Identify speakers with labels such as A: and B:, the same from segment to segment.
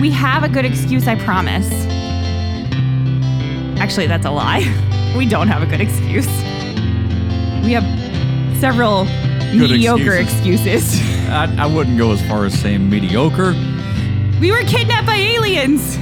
A: We have a good excuse, I promise. Actually, that's a lie. We don't have a good excuse. We have several
B: Good
A: mediocre excuses.
B: I, I wouldn't go as far as saying mediocre.
A: We were kidnapped by aliens.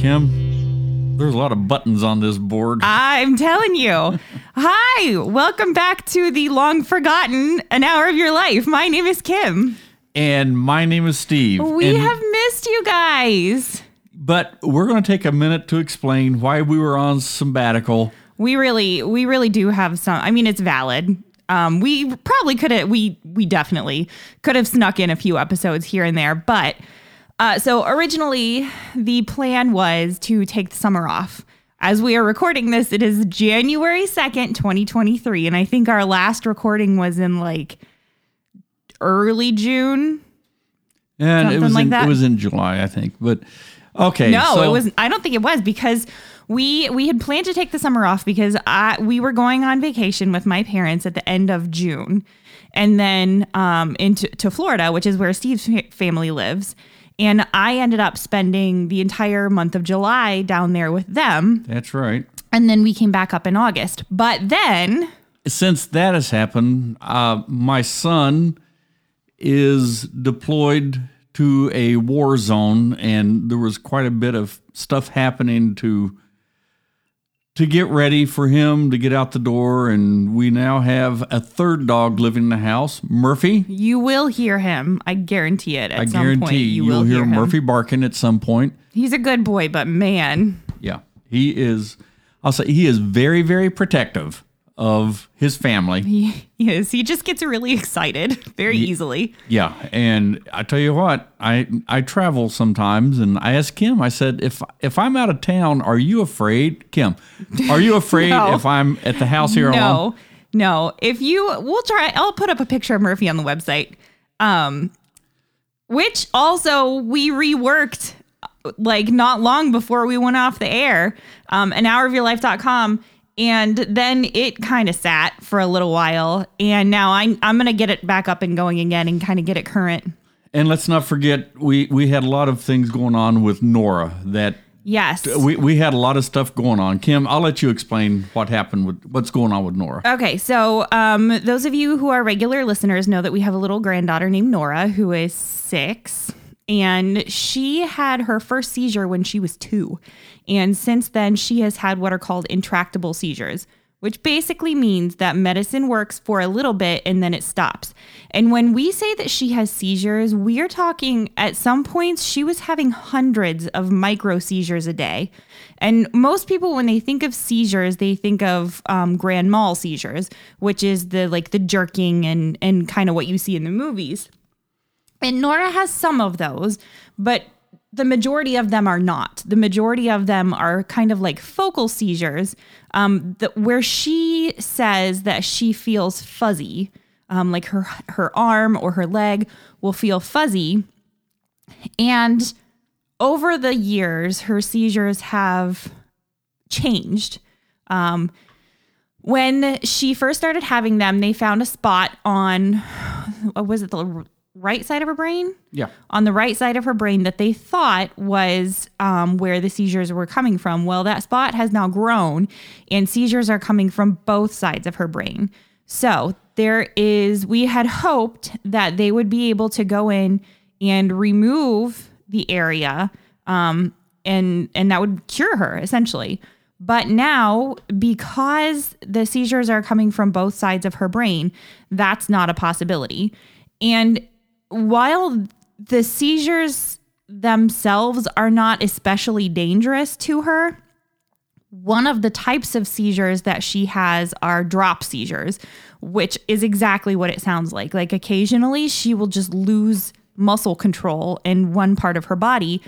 B: Kim, there's a lot of buttons on this board.
A: I'm telling you. Hi, welcome back to the long forgotten An Hour of Your Life. My name is Kim.
B: and my name is Steve.
A: We
B: and-
A: have missed you guys.
B: But we're going to take a minute to explain why we were on sabbatical.
A: We really, we really do have some. I mean, it's valid. Um, we probably could have, we, we definitely could have snuck in a few episodes here and there. But uh, so originally, the plan was to take the summer off. As we are recording this, it is January 2nd, 2023. And I think our last recording was in like early June.
B: And
A: Something
B: it was
A: like
B: in,
A: that.
B: it was in July, I think. But okay.
A: No,
B: so
A: it was. I don't think it was because we we had planned to take the summer off because I we were going on vacation with my parents at the end of June, and then um into to Florida, which is where Steve's fa- family lives. And I ended up spending the entire month of July down there with them,
B: That's right.
A: and then we came back up in August. But then
B: Since that has happened, uh, my son is deployed to a war zone, and there was quite a bit of stuff happening to to get ready for him to get out the door. And we now have a third dog living in the house, Murphy.
A: you will hear him. I guarantee it. At
B: I
A: some
B: guarantee
A: point, you
B: you'll
A: will
B: hear,
A: hear him.
B: Murphy barking at some point.
A: He's a good boy, but man,
B: Yeah, he is. I'll say he is very, very protective of his family.
A: he, he is. He just gets really excited very easily.
B: Yeah, and I tell you what, I I travel sometimes, and I asked Kim. I said, if if I'm out of town, are you afraid, Kim? Are you afraid
A: No.
B: if I'm at the house here alone?
A: No, no. If you, we'll try. I'll put up a picture of Murphy on the website. Um, which also we reworked uh, like not long before we went off the air. Um, an hour of your life.com. And then it kind of sat for a little while. And now I'm, I'm going to get it back up and going again and kind of get it current.
B: And let's not forget, we we had a lot of things going on with Nora that.
A: Yes.
B: We, we had a lot of stuff going on. Kim, I'll let you explain what happened with what's going on with Nora.
A: Okay, so um, those of you who are regular listeners know that we have a little granddaughter named Nora who is six, and she had her first seizure when she was two. And since then, she has had what are called intractable seizures, which basically means that medicine works for a little bit and then it stops. And when we say that she has seizures, we are talking at some points she was having hundreds of micro seizures a day. And most people, when they think of seizures, they think of um, grand mal seizures, which is the like the jerking and and kind of what you see in the movies. And Nora has some of those, but the majority of them are not. The majority of them are kind of like focal seizures, um, the, where she says that she feels fuzzy, um, like her her arm or her leg will feel fuzzy, and over the years, her seizures have changed. Um, when she first started having them, they found a spot on, what was it the r- right side of her brain?
B: Yeah.
A: on the right side of her brain that they thought was um, where the seizures were coming from. Well, that spot has now grown, and seizures are coming from both sides of her brain. So there is, we had hoped that they would be able to go in and remove the area, um, and and that would cure her essentially. But now, because the seizures are coming from both sides of her brain, that's not a possibility. And while the seizures themselves are not especially dangerous to her, one of the types of seizures that she has are drop seizures, which is exactly what it sounds like. Like occasionally she will just lose muscle control in one part of her body.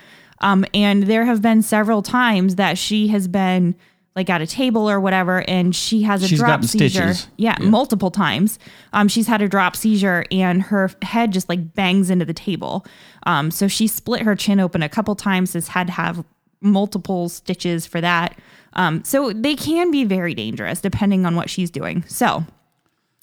A: Um, and there have been several times that she has been like at a table or whatever, and she has a
B: She's
A: drop
B: gotten
A: seizure.
B: stitches.
A: Yeah, multiple times. Um, she's had a drop seizure and her head just like bangs into the table. Um, so she split her chin open a couple times, has had to have multiple stitches for that. Um, so they can be very dangerous depending on what she's doing. So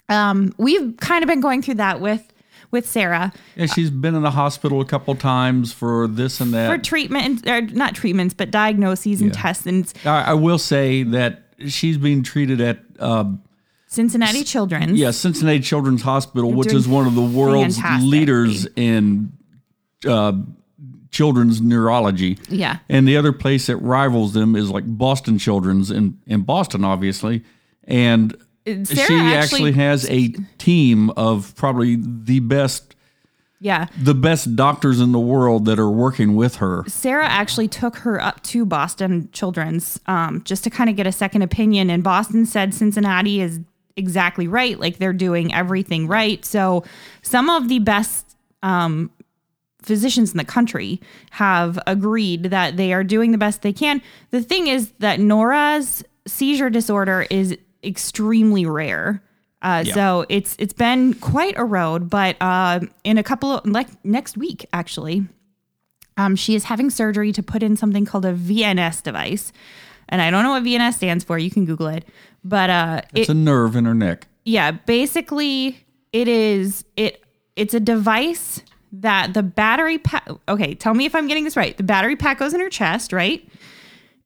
A: um, we've kind of been going through that with with Sarah
B: Yeah, she's been in the hospital a couple times for this and
A: for
B: that.
A: treatment, or not treatments, but diagnoses and
B: Yeah.
A: tests and
B: I, I will say that she's being treated at uh,
A: Cincinnati Children's.
B: yeah Cincinnati Children's Hospital, which
A: doing
B: is one of the world's
A: fantastic.
B: leaders in uh, children's neurology.
A: Yeah.
B: And the other place that rivals them is like Boston Children's in, in Boston, obviously. And she
A: Sarah
B: actually,
A: actually-
B: has a team of probably the best
A: Yeah.
B: the best doctors in the world that are working with her.
A: Sarah actually took her up to Boston Children's um, just to kind of get a second opinion. And Boston said Cincinnati is exactly right. Like they're doing everything right. So some of the best um, physicians in the country have agreed that they are doing the best they can. The thing is that Nora's seizure disorder is extremely rare. Uh,
B: Yeah.
A: So it's it's been quite a road, but uh, in a couple of like next week actually, um, she is having surgery to put in something called a VNS device. And I don't know what VNS stands for. You can Google it. But uh, it,
B: It's a nerve in her neck.
A: yeah, basically it is it it's a device that the battery pack. Okay, tell me if I'm getting this right. The battery pack goes in her chest, right?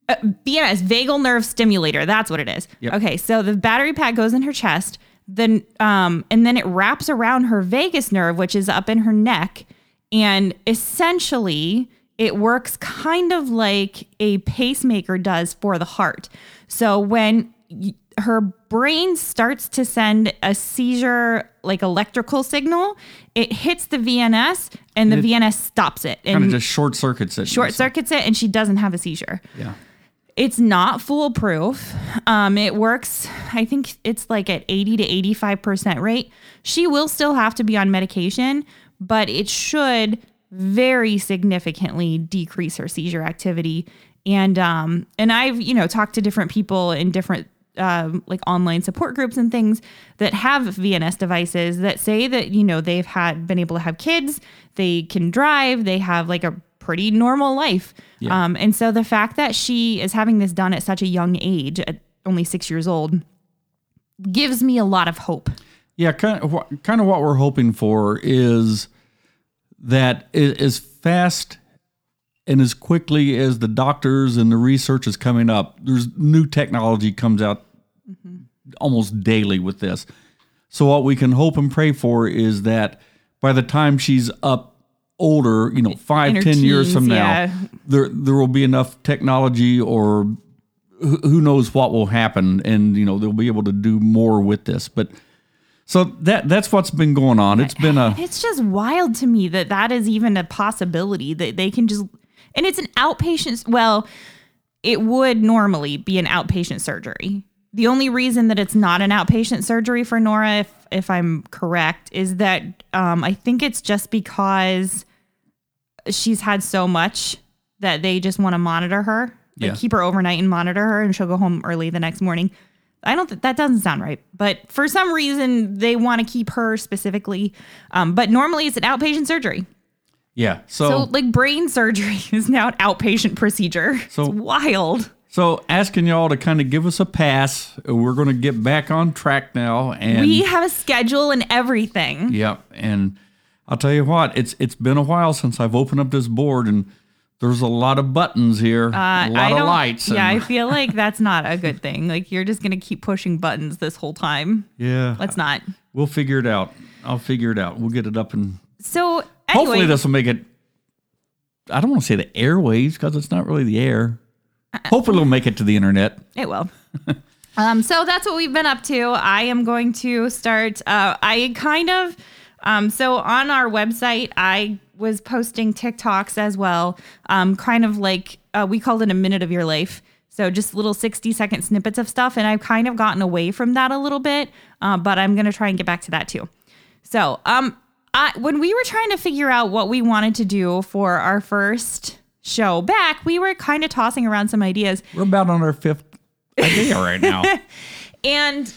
A: BNS, vagal nerve stimulator. That's what it is.
B: Yep.
A: Okay, so the battery pack goes in her chest, then um, and then it wraps around her vagus nerve, which is up in her neck, and essentially it works kind of like a pacemaker does for the heart. So when y- her brain starts to send a seizure like electrical signal, it hits the VNS and the VNS stops it
B: Kind of
A: and
B: just short circuits it.
A: Mm. short circuits it, and she doesn't have a seizure
B: Yeah.
A: it's not foolproof. Um, it works, I think it's like at 80 to 85% rate. She will still have to be on medication, but it should very significantly decrease her seizure activity. And um, and I've, you know, talked to different people in different um, like online support groups and things that have VNS devices that say that you know they've had been able to have kids, they can drive, they have like a pretty normal life. Um, and so the fact that she is having this done at such a young age, at only six years old, gives me a lot of hope.
B: Yeah, kind of, wh- kind of what we're hoping for is that i- as fast and as quickly as the doctors and the research is coming up, there's new technology comes out
A: Mm-hmm.
B: almost daily with this. So what we can hope and pray for is that by the time she's up older, you know, five,
A: In her
B: ten years
A: teens,
B: from
A: yeah.
B: now, there there will be enough technology or who who knows what will happen and you know they'll be able to do more with this but so that that's what's been going on it's been a
A: It's just wild to me that that is even a possibility that they can just, and it's an outpatient, well, it would normally be an outpatient surgery. The only reason that it's not an outpatient surgery for Nora, if, if I'm correct, is that um, I think it's just because she's had so much that they just want to monitor her, like
B: Yeah.
A: keep her overnight and monitor her, and she'll go home early the next morning. I don't. Th- that doesn't sound right, but for some reason they want to keep her specifically. Um, but normally it's an outpatient surgery.
B: yeah
A: So
B: so so,
A: like brain surgery is now an outpatient procedure.
B: So-
A: it's wild.
B: asking y'all to kind of give us a pass we're going to get back on track now and
A: we have a schedule and everything.
B: yeah and i'll tell you what it's it's been a while since i've opened up this board and there's a lot of buttons here a
A: Uh, I
B: lot of
A: don't-
B: lights
A: Yeah, I
B: and-
A: feel like that's not a good thing. Like you're just gonna keep pushing buttons this whole time.
B: yeah
A: Let's not.
B: we'll figure it out i'll figure it out we'll get it up and
A: So
B: Hopefully,
A: anyway,
B: this will make it. I don't want to say the airwaves because it's not really the air. Hopefully, it'll make it to the internet.
A: It will. um, so that's what we've been up to. I am going to start. Uh, I kind of. Um, so on our website, I was posting TikToks as well, um, kind of like uh, we called it a minute of your life. So just little 60 second snippets of stuff. And I've kind of gotten away from that a little bit, uh, but I'm going to try and get back to that too. So, um, I, when we were trying to figure out what we wanted to do for our first show back, we were kind of tossing around some ideas.
B: We're about on our fifth idea right now.
A: And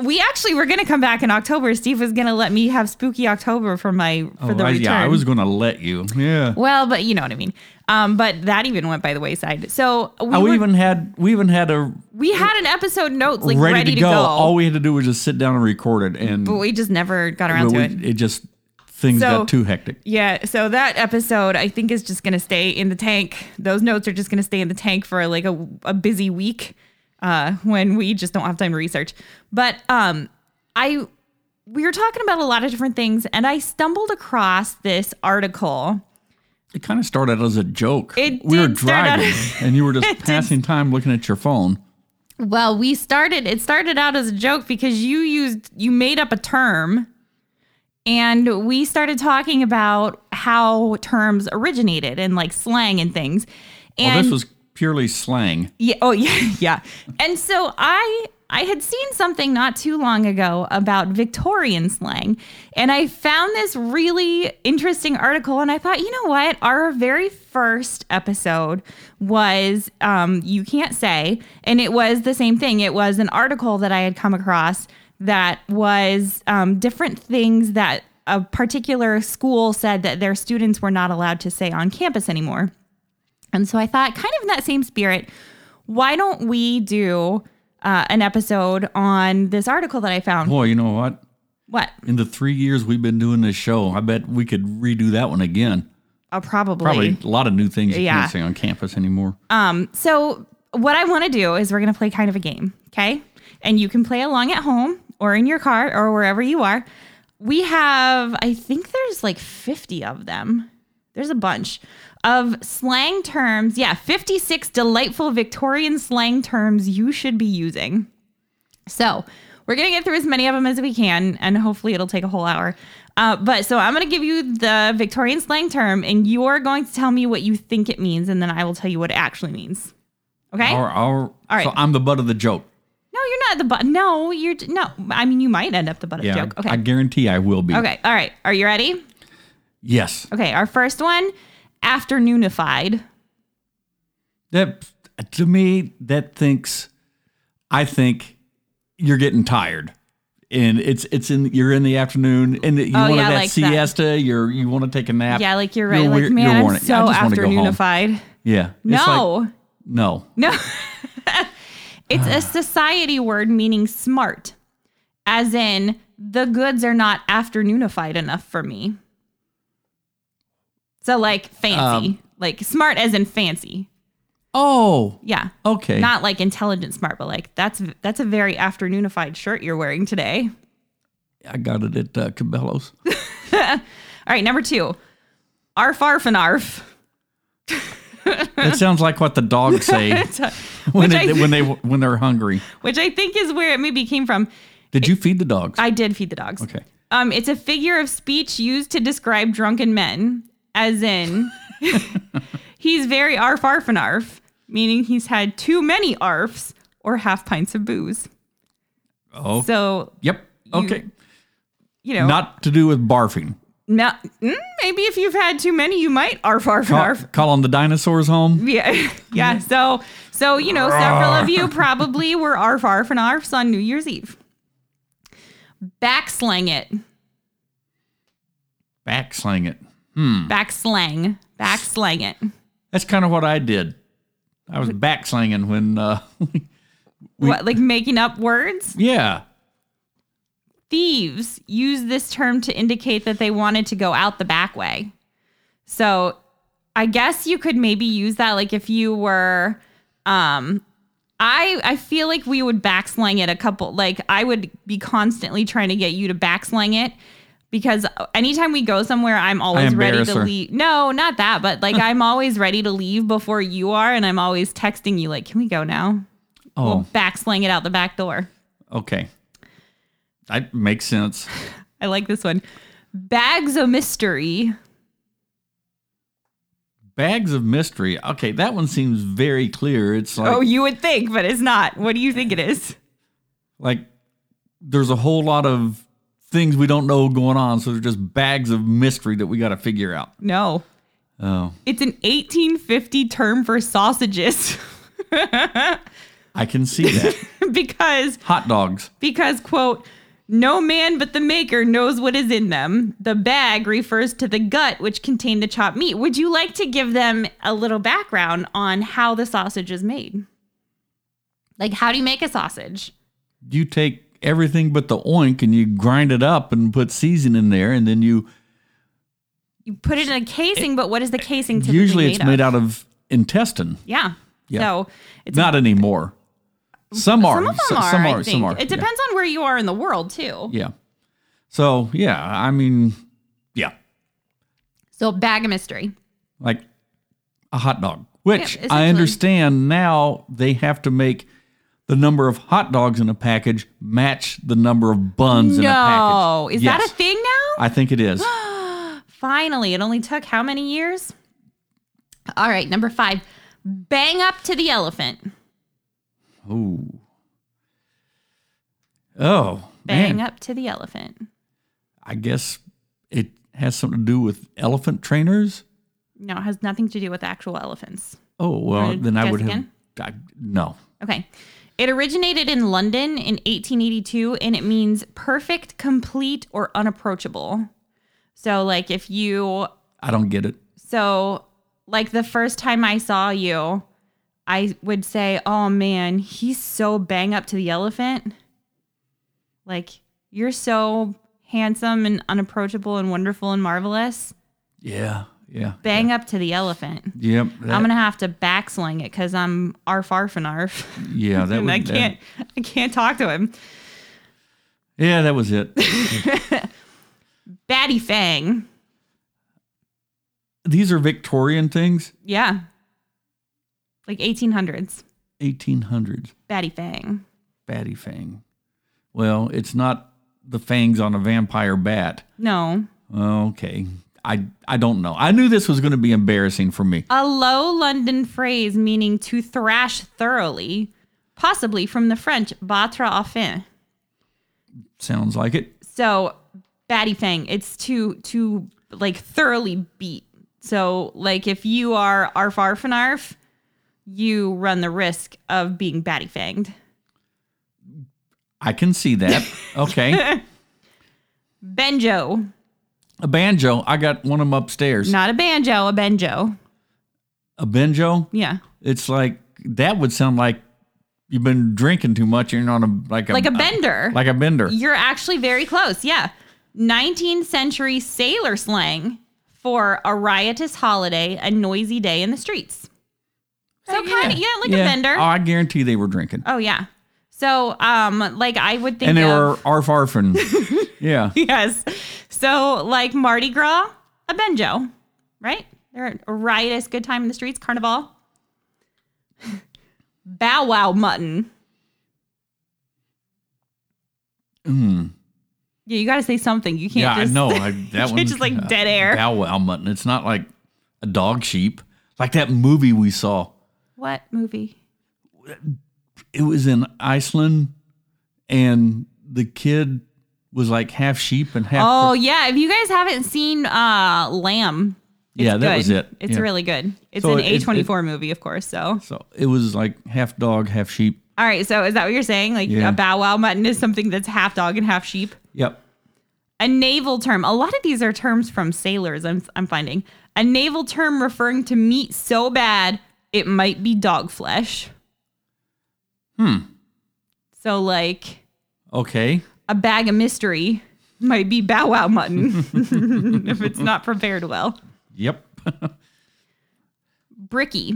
A: we actually were going to come back in October. Steve was going to let me have spooky October for my for the
B: Oh, I,
A: return.
B: yeah, I was going to let you. Yeah.
A: well, but you know what I mean. Um, but that even went by the wayside. So we,
B: Oh,
A: were-
B: we even had we even had a
A: we had an episode notes like
B: ready, to, go.
A: go.
B: All we had to do was just sit down and record it, and
A: but we just never got around
B: but
A: to
B: we-
A: it.
B: it just Things
A: So-
B: got too hectic.
A: Yeah, so that episode I think is just going to stay in the tank. Those notes are just going to stay in the tank for like a, a busy week uh, when we just don't have time to research. But um, I we were talking about a lot of different things, and I stumbled across this article.
B: It kind of started as a joke.
A: It
B: we were
A: did start out-
B: driving, and you were just
A: did.
B: passing time looking at your phone.
A: Well, we started it started out as a joke because you used you made up a term and we started talking about how terms originated and like slang and things. And
B: Well, Oh, this was purely slang.
A: Yeah. Oh, yeah, yeah. And so I I had seen something not too long ago about Victorian slang, and I found this really interesting article, and I thought, you know what? Our very first episode was um, you can't say, and it was the same thing. It was an article that I had come across that was um, different things that a particular school said that their students were not allowed to say on campus anymore. And so I thought, kind of in that same spirit, why don't we do uh, an episode on this article that I found?
B: Boy, you know what?
A: What?
B: In the three years we've been doing this show, I bet we could redo that one again.
A: Uh, probably.
B: Probably a lot of new things you
A: Yeah.
B: can't say on campus anymore.
A: So, what I want to do is we're going to play kind of a game, okay? And you can play along at home or in your car or wherever you are. We have, I think there's like 50 of them. There's a bunch of slang terms. Yeah, 56 delightful Victorian slang terms you should be using. So we're going to get through as many of them as we can, and hopefully it'll take a whole hour. Uh, but so I'm going to give you the Victorian slang term, and you're going to tell me what you think it means, and then I will tell you what it actually means. Okay?
B: Our, our,
A: right.
B: So I'm the butt of the joke.
A: No, you're not the butt. No, you're no. I mean, you might end up the butt of the
B: Yeah,
A: joke. Okay.
B: I guarantee I will be.
A: okay. All right. Are you ready?
B: Yes.
A: Okay. Our first one, afternoonified.
B: That to me, that thinks. I think you're getting tired, and it's it's in you're in the afternoon, and you
A: Oh,
B: wanted
A: yeah,
B: that
A: like that.
B: siesta. You're you want to take a nap.
A: Yeah, like you're right. like
B: weir-
A: man,
B: worn
A: I'm
B: out. Yeah, I
A: so
B: just wanna go home.
A: afternoonified.
B: Yeah. It's
A: No,
B: like- no.
A: No. it's a society word meaning smart, as in the goods are not afternoonified enough for me. So, like fancy,
B: Um,
A: like smart as in fancy.
B: Oh.
A: Yeah.
B: Okay.
A: Not like intelligent smart, but like that's that's a very afternoonified shirt you're wearing today.
B: I got it at uh, Cabela's.
A: All right, number two, arf arf and arf.
B: it sounds like what the dogs say when
A: Which
B: it,
A: I-
B: when they when they're hungry.
A: Which I think is where it maybe came from.
B: Did you feed the dogs?
A: I did feed the dogs.
B: Okay.
A: Um, it's a figure of speech used to describe drunken men, as in he's very arf arf and arf, meaning he's had too many arfs or half pints of booze.
B: Oh.
A: So
B: yep. Okay.
A: you know,
B: Not to do with barfing.
A: not- mm, maybe if you've had too many, you might arf arf and
B: Call,
A: arf.
B: call on the dinosaurs home.
A: Yeah, yeah. So, so you know, several of you probably were arf arf and arfs on New Year's Eve. Backslang it,
B: Backslang it.
A: backslang, backslang it.
B: That's kind of what I did. I was backslanging when, uh,
A: what, like making up words?
B: yeah,
A: thieves use this term to indicate that they wanted to go out the back way. So I guess you could maybe use that like if you were um I I feel like we would backslang it a couple like I would be constantly trying to get you to backslang it because anytime we go somewhere I'm always ready
B: embarrass
A: to
B: her.
A: leave. No, not that, but like I'm always ready to leave before you are and I'm always texting you like can we go now?
B: Oh.
A: We'll backslang it out the back door.
B: okay. That makes sense.
A: I like this one. Bags of mystery.
B: Bags of mystery. Okay, that one seems very clear. It's like
A: oh, you would think, but it's not. What do you think it is?
B: like there's a whole lot of things we don't know going on, so they're just bags of mystery that we got to figure out.
A: No.
B: Oh,
A: It's an 1850 term for sausages
B: I can see that.
A: because
B: Hot dogs.
A: because quote no man but the maker knows what is in them. The bag refers to the gut which contained the chopped meat. Would you like to give them a little background on how the sausage is made? Like how do you make a sausage?
B: You take everything but the oink and you grind it up and put seasoning in there, and then you
A: you put it in a casing, but what is the casing typically
B: Usually it's made out of intestine.
A: Yeah.
B: Yeah.
A: So it's
B: Not anymore. Some are.
A: some of them
B: so-
A: are.
B: Some
A: I
B: are.
A: think
B: Some are.
A: it
B: yeah.
A: depends on where you are in the world too.
B: Yeah. So yeah, I mean, yeah,
A: So bag of mystery.
B: like a hot dog, which
A: Yeah,
B: I
A: essentially.
B: understand now they have to make the number of hot dogs in a package match the number of buns in a
A: No,
B: package.
A: is that a thing now?
B: I think it is.
A: Finally, it only took how many years? All right, number five. Bang up to the elephant.
B: Ooh. Oh
A: Bang
B: man,
A: up to the elephant.
B: I guess it has something to do with elephant trainers.
A: No, it has nothing to do with actual elephants.
B: Oh well,
A: to
B: then I
A: guess
B: would have.
A: again?
B: I, no,
A: Okay. It originated in London in 1882 and it means perfect, complete, or unapproachable. So, like, if you,
B: I don't get it.
A: so, like, the first time I saw you, I would say, oh man, he's so bang up to the elephant. Like, you're so handsome and unapproachable and wonderful and marvelous.
B: Yeah, yeah,
A: Bang up to the elephant.
B: yep. that-
A: I'm gonna have to backsling it because I'm arf arf and arf.
B: Yeah, that
A: and
B: was
A: I
B: that-
A: can't I can't talk to him.
B: yeah, that was it.
A: Batty Fang.
B: These are Victorian things,
A: Yeah. Like 1800s.
B: 1800s.
A: Batty Fang.
B: Batty fang. Well, it's not the fangs on a vampire bat.
A: No.
B: Okay, I I don't know. I knew this was going to be embarrassing for me.
A: A low London phrase meaning to thrash thoroughly, possibly from the French battre à fin.
B: Sounds like it.
A: So batty fang, it's to to like thoroughly beat. So like if you are arf arf and arf, you run the risk of being batty fanged.
B: I can see that. Okay,
A: Benjo.
B: a banjo. I got one of them upstairs.
A: Not a banjo, a benjo.
B: A banjo.
A: Yeah.
B: It's like that would sound like you've been drinking too much. You're on a like a
A: Like a bender.
B: um, like a bender.
A: You're actually very close. Yeah. 19th century sailor slang for a riotous holiday, a noisy day in the streets. So kind of yeah, like a bender.
B: Oh, I guarantee they were drinking.
A: oh yeah. So um like I would think um,
B: and they
A: of,
B: were arf arfing. yeah.
A: yes. So, like Mardi Gras, a banjo, right? They're a riotous good time in the streets, carnival. Bow wow mutton. Yeah, you got to say something. You can't
B: Hmm. Yeah,
A: just.
B: I know. I, that one
A: can't just, like, dead air.
B: Bow wow mutton. It's not like a dog sheep. Like that movie we saw.
A: What movie?
B: It was in Iceland, and the kid was like half sheep and half.
A: Oh, yeah. If you guys haven't seen uh, Lamb, it's
B: yeah, that
A: good.
B: was it.
A: It's
B: Yeah.
A: really good. It's
B: So
A: an
B: it- it-
A: A24 movie, of course. So,
B: So it was like half dog, half sheep.
A: all right. So, is that what you're saying? Like
B: Yeah.
A: a bow wow mutton is something that's half dog and half sheep?
B: Yep.
A: A naval term. A lot of these are terms from sailors, I'm, I'm finding. A naval term referring to meat so bad it might be dog flesh. Hmm.
B: Hmm.
A: So, like,
B: Okay.
A: a bag of mystery might be bow wow mutton if it's not prepared well.
B: Yep.
A: Bricky.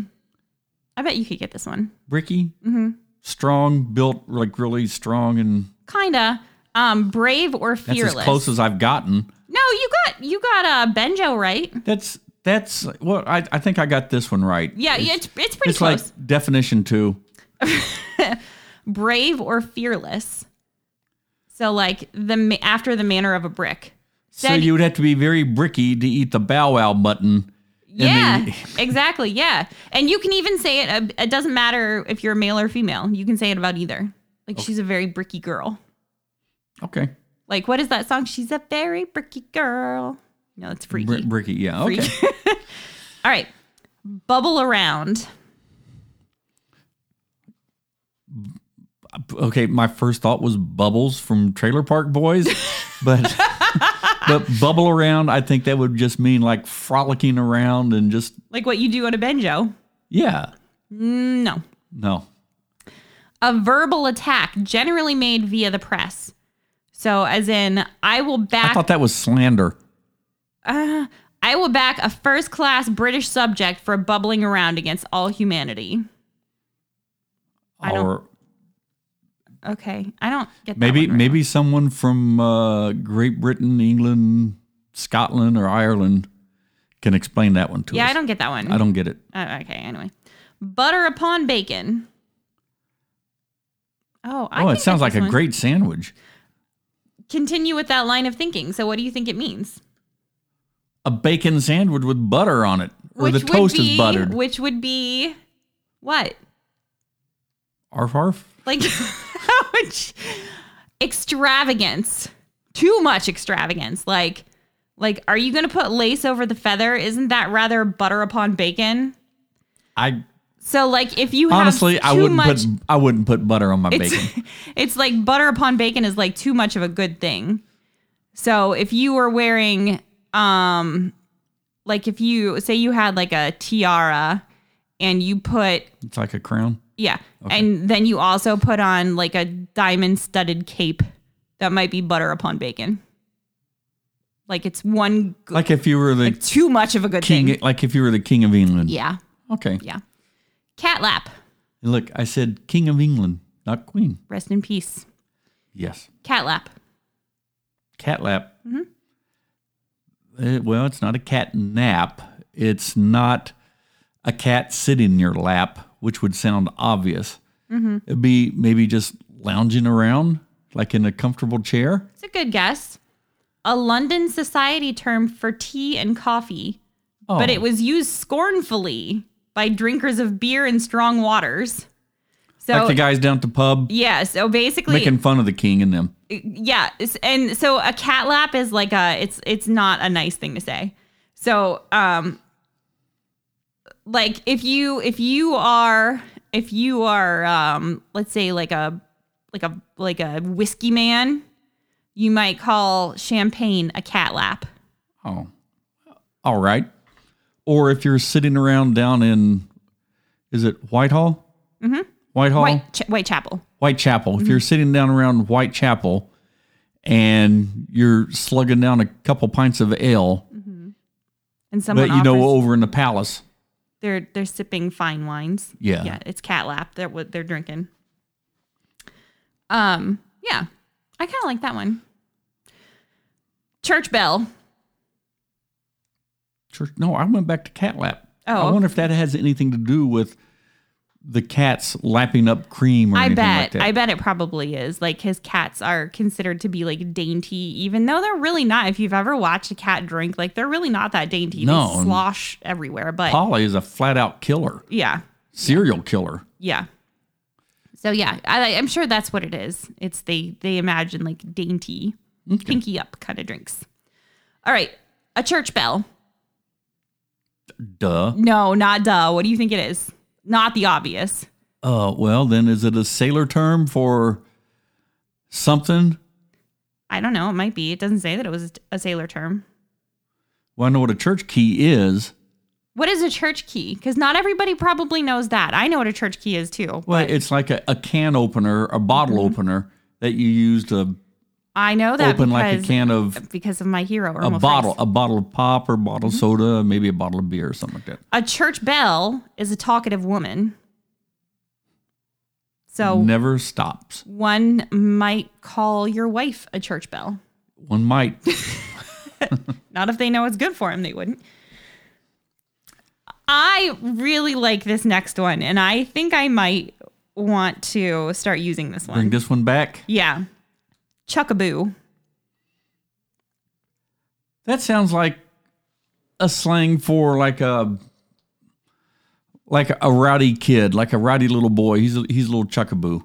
A: I bet you could get this one.
B: Ricky,
A: Mm-hmm.
B: strong, built like really strong, and
A: Kinda. Um, brave or
B: that's
A: fearless.
B: as close as I've gotten.
A: no, you got you got uh, Benjo right.
B: That's that's well, I, I think I got this one right.
A: Yeah, it's it's, pretty
B: It's
A: close.
B: like definition two.
A: brave or fearless. So like the ma- after the manner of a brick.
B: So
A: Said-
B: you would have to be very bricky to eat the bow wow button.
A: Yeah,
B: the-
A: exactly. Yeah, and you can even say it. uh, It doesn't matter if you're male or female. You can say it about either. Like she's a very bricky girl.
B: Okay.
A: Like what is that song? She's a very bricky girl. No, it's freaky.
B: Br- bricky, yeah. Okay.
A: All right, bubble around.
B: Okay, my first thought was bubbles from Trailer Park Boys, but but bubble around, I think that would just mean like frolicking around and just
A: Like what you do on a banjo.
B: yeah.
A: No,
B: No.
A: a verbal attack generally made via the press. So as in, I will back.
B: I thought that was slander.
A: Uh, I will back a first class British subject for bubbling around against all humanity. I don't-
B: or
A: Okay. I don't get that
B: maybe
A: one right.
B: maybe someone from uh, Great Britain, England, Scotland, or Ireland can explain that one to
A: Yeah,
B: us.
A: I don't get that one.
B: I don't get it.
A: Uh, okay, anyway. Butter upon bacon. Oh, I
B: oh,
A: can
B: it
A: get
B: sounds like
A: this
B: a
A: one.
B: great sandwich.
A: Continue with that line of thinking. So, what do you think it means?
B: A bacon sandwich with butter on it, or the
A: would
B: toast
A: be,
B: is buttered.
A: Which would be what?
B: Arf, arf.
A: Like how much extravagance? Too much extravagance. Like, like, are you going to put lace over the feather? Isn't that rather butter upon bacon?
B: I
A: So, like, if you have
B: honestly, I
A: too
B: wouldn't
A: much,
B: put I wouldn't put butter on my
A: it's,
B: bacon.
A: it's like butter upon bacon is like too much of a good thing. So if you were wearing, um, like if you say you had like a tiara and you put,
B: It's like a crown.
A: yeah, and then you also put on like a diamond studded cape, that might be butter upon bacon. Like it's one, g-
B: Like if you were the
A: like too much of a good
B: king,
A: thing.
B: like if you were the king of England.
A: Yeah.
B: Okay.
A: Yeah. Cat lap.
B: Look, I said king of England, not queen.
A: Rest in peace.
B: Yes.
A: Cat lap.
B: Cat lap.
A: Mm-hmm.
B: Eh, well, it's not a cat nap. It's not a cat sit in your lap, which would sound obvious.
A: Mm-hmm.
B: It'd be maybe just lounging around, like in a comfortable chair.
A: It's a good guess. A London society term for tea and coffee,
B: Oh,
A: but it was used scornfully by drinkers of beer and strong waters. So,
B: like the guys down at the pub
A: yeah, so basically,
B: making fun of the king and them.
A: yeah, it's- and so a cat lap is like a it's it's not a nice thing to say. So, um like if you if you are if you are um let's say like a like a like a whiskey man, you might call champagne a cat lap.
B: Oh, all right. Or if you're sitting around down in, is it Whitehall? Mm-hmm. Whitehall,
A: White Mm-hmm. Ch- Whitechapel.
B: Whitechapel. If you're sitting down around Whitechapel and you're slugging down a couple pints of ale,
A: And someone
B: but you know,
A: offers-
B: over in the palace,
A: they're they're sipping fine wines.
B: Yeah.
A: Yeah, it's cat lap. They're what they're drinking. Um, yeah. I kind of like that one. Church bell.
B: church. No, I went back to cat lap.
A: Oh,
B: I wonder if that has anything to do with the cats lapping up cream or
A: I
B: anything like
A: bet.
B: that.
A: I bet it probably is. Like his cats are considered to be like dainty, even though they're really not. If you've ever watched a cat drink, like they're really not that dainty.
B: No,
A: They
B: and-
A: slosh everywhere. But
B: Polly is a flat out killer,
A: yeah.
B: serial killer.
A: Yeah. So yeah, I, I'm sure that's what it is. It's they they imagine like dainty, pinky up kind of drinks. All right, a church bell.
B: Duh.
A: No, not duh. What do you think it is? Not the obvious.
B: Uh, well, then is it a sailor term for something?
A: I don't know. It might be. It doesn't say that it was a sailor term.
B: Well, I know what a church key is.
A: What is a church key? Because not everybody probably knows that. I know what a church key is too.
B: Well, it's like a, a can opener, a bottle opener that you use to
A: I know Mm-hmm. that
B: open like a
A: because,
B: can of
A: because of my hero.
B: a
A: Ermal Fries. Mm-hmm.
B: bottle, a bottle of pop or bottle of soda, maybe a bottle of beer or something like that.
A: A church bell is a talkative woman. So
B: Never stops.
A: One might call your wife a church bell.
B: One might.
A: Not if they know it's good for him, they wouldn't. I really like this next one, and I think I might want to start using this
B: Bring
A: one.
B: this one back.
A: Yeah. Chuckaboo.
B: That sounds like a slang for like a like a rowdy kid, like a rowdy little boy. He's a, he's a little chuckaboo.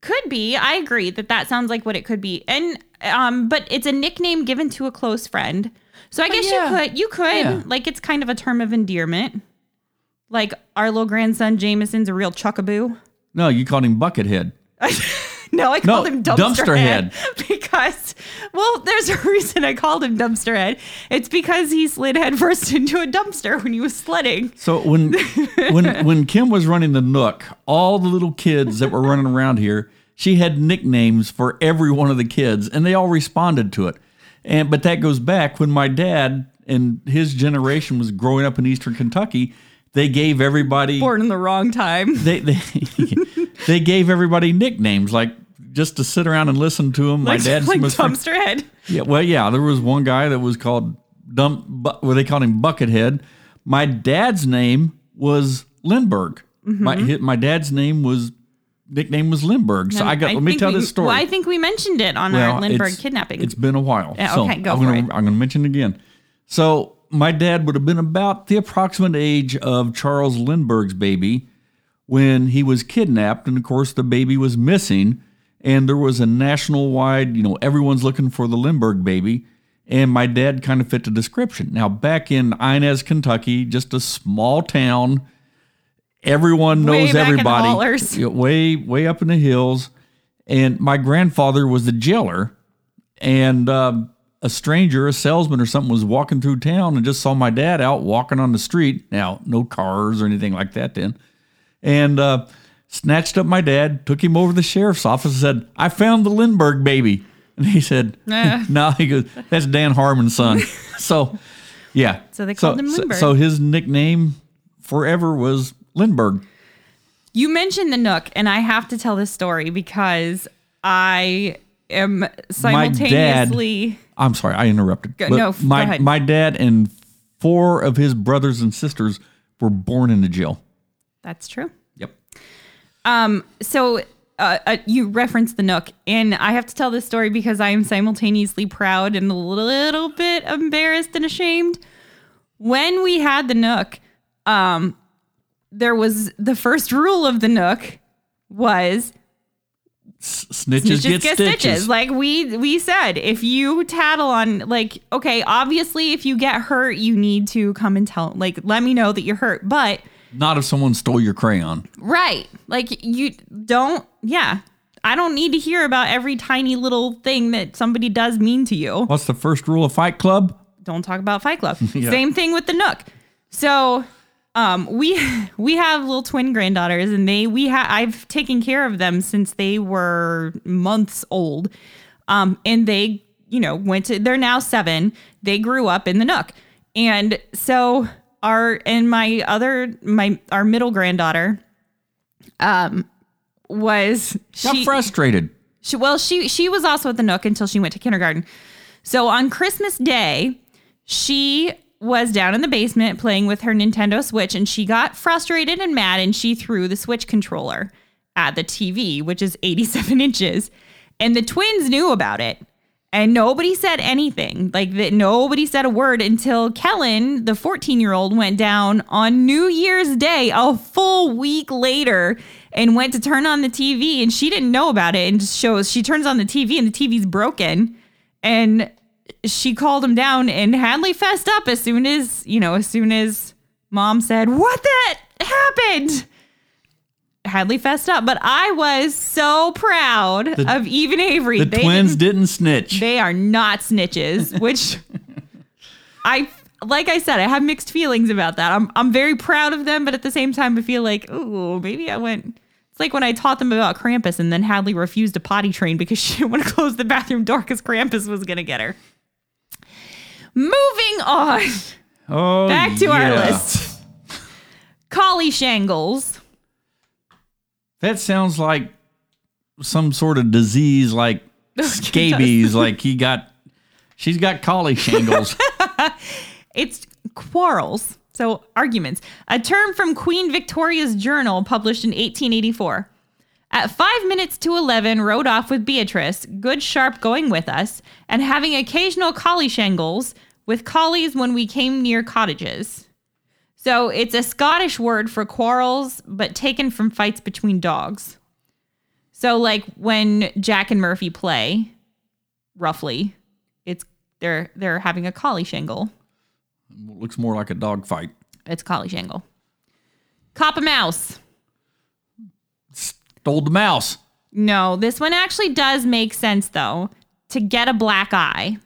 A: Could be. I agree that that sounds like what it could be. And um but it's a nickname given to a close friend. So I guess
B: Oh, yeah.
A: you could you could
B: Yeah.
A: like it's kind of a term of endearment. Like our little grandson Jameson's a real chuckaboo.
B: No, you called him Buckethead.
A: No, I called
B: No,
A: him dumpster,
B: dumpster
A: head, because, well, there's a reason I called him dumpster head. It's because he slid headfirst into a dumpster when he was sledding.
B: So when when when Kim was running the Nook, all the little kids that were running around here, she had nicknames for every one of the kids, and they all responded to it. And but that goes back when my dad and his generation was growing up in Eastern Kentucky. They gave everybody
A: Born in the wrong time.
B: they they, they gave everybody nicknames like just to sit around and listen to them. My
A: Like-
B: dad's
A: like
B: was from-
A: dumpster head.
B: yeah, well, yeah. There was one guy that was called Dump. Bu- well, they called him Buckethead. My dad's name was Lindbergh.
A: Mm-hmm.
B: My hi- my dad's name was nickname was Lindbergh. So I got. let me
A: think
B: tell
A: we-
B: this story.
A: Well, I think we mentioned it on
B: Well,
A: our Lindbergh
B: it's-
A: kidnapping.
B: It's been a while.
A: Yeah,
B: so
A: okay, go
B: I'm
A: for
B: gonna,
A: it.
B: I'm going to mention it again. So my dad would have been about the approximate age of Charles Lindbergh's baby when he was kidnapped, and of course the baby was missing, and there was a national wide, you know, everyone's looking for the Lindbergh baby. And my dad kind of fit the description. Now, back in Inez, Kentucky, just a small town, everyone
A: Way
B: knows
A: back in the
B: everybody
A: hollers.
B: Yeah, way way up in the hills and my grandfather was the jailer and um, a stranger a salesman or something was walking through town and just saw my dad out walking on the street now no cars or anything like that then and uh, snatched up my dad took him over to the sheriff's office and said i found the lindbergh baby and he said
A: Ah.
B: no he goes that's dan harmon's son so yeah
A: So they called him
B: so-
A: Lindbergh.
B: so his nickname forever was lindbergh
A: You mentioned the Nook, and I have to tell this story because I am simultaneously.
B: I'm sorry, I interrupted.
A: Go-
B: But
A: no, f- go
B: my
A: ahead.
B: my dad and four of his brothers and sisters were born into jail.
A: That's true.
B: Yep.
A: So uh, uh, you referenced the Nook, and I have to tell this story because I am simultaneously proud and a little bit embarrassed and ashamed. When we had the Nook, um, there was the first rule of the Nook was
B: S- snitches,
A: Just
B: get, stitches.
A: Like we we said, if you tattle on, like, okay, obviously, if you get hurt, you need to come and tell, like, let me know that you're hurt. But
B: Not if someone stole your crayon.
A: right, like, you don't, yeah, I don't need to hear about every tiny little thing that somebody does mean to you.
B: What's the first rule of Fight Club?
A: Don't talk about Fight Club.
B: Yeah.
A: Same thing with the Nook. So. Um, we we have little twin granddaughters, and they we ha- I've taken care of them since they were months old. Um, and they, you know, went to, they're now seven. They grew up in the Nook. And so our, and my other, my, our middle granddaughter, um, was
B: Got
A: she,
B: frustrated.
A: she, well, she, she was also at the Nook until she went to kindergarten. So on Christmas Day, she was down in the basement playing with her Nintendo Switch and she got frustrated and mad and she threw the Switch controller at the TV, which is 87 inches. And the twins knew about it. And nobody said anything. Like that nobody said a word until Kellen, the 14-year-old, went down on New Year's Day a full week later and went to turn on the TV and she didn't know about it and just shows she turns on the TV and the TV's broken and she called him down and Hadley fessed up as soon as, you know, as soon as mom said, What that happened? Hadley fessed up. But I was so proud of Eve and Avery.
B: The
A: They
B: twins
A: didn't-
B: didn't, snitch.
A: they are not snitches, which I like I said, I have mixed feelings about that. I'm I'm very proud of them, but at the same time I feel like, ooh, maybe I went it's like when I taught them about Krampus and then Hadley refused to potty train because she didn't want to close the bathroom door because Krampus was gonna get her. Moving on
B: oh,
A: back to our
B: yeah.
A: list. Collie shangles.
B: That sounds like some sort of disease, like scabies. like he got, she's got collie shingles.
A: It's quarrels, so arguments, a term from Queen Victoria's journal published in 1884. At five minutes to 11, rode off with Beatrice, good sharp going with us, and having occasional collie shangles with collies when we came near cottages. So it's a Scottish word for quarrels, but taken from fights between dogs. So, like when Jack and Murphy play, roughly, it's they're they're having a collie shingle.
B: Looks more like a dog fight.
A: It's collie shingle. Cop a mouse.
B: Stole the mouse.
A: No, this one actually does make sense though. To get a black eye.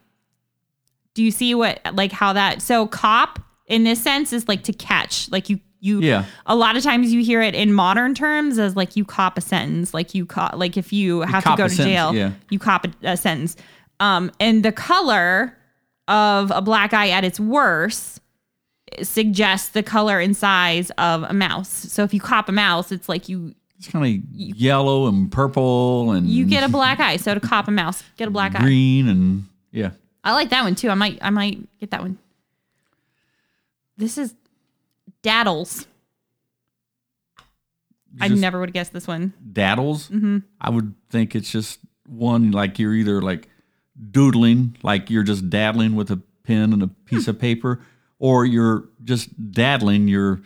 A: Do you see what like how that so cop in this sense is like to catch. Like you you
B: Yeah.
A: a lot of times you hear it in modern terms as like you cop a sentence, like you cop like if you have to
B: cop
A: go
B: a
A: to
B: sentence,
A: jail,
B: yeah.
A: you cop a, a sentence. Um, and the color of a black eye at its worst suggests the color and size of a mouse. So if you cop a mouse, it's like you
B: It's kind of yellow and purple and
A: you get a black eye. So to cop a mouse, get a black eye.
B: green and yeah.
A: I like that one too. I might I might get that one. This is daddles. I
B: Just
A: never would have guessed this one.
B: daddles.
A: Mm-hmm.
B: I would think it's just one like you're either like doodling, like you're just daddling with a pen and a piece
A: Hmm.
B: of paper, or you're just daddling. You're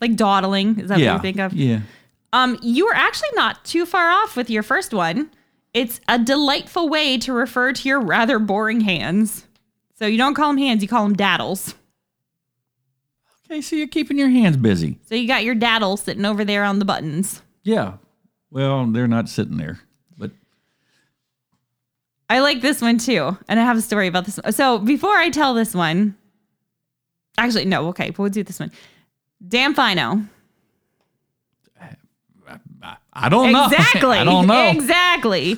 A: Like dawdling. Is that
B: yeah,
A: what you think of?
B: yeah.
A: Um, you were actually not too far off with your first one. It's a delightful way to refer to your rather boring hands. So you don't call them hands, you call them daddles.
B: Okay, so you're keeping your hands busy.
A: So you got your daddle sitting over there on the buttons.
B: Yeah. Well, they're not sitting there, but
A: I like this one too. And I have a story about this. So before I tell this one, actually, no, okay, we'll do this one. Damn fino.
B: Oh, I don't know.
A: Exactly.
B: I don't know.
A: Exactly.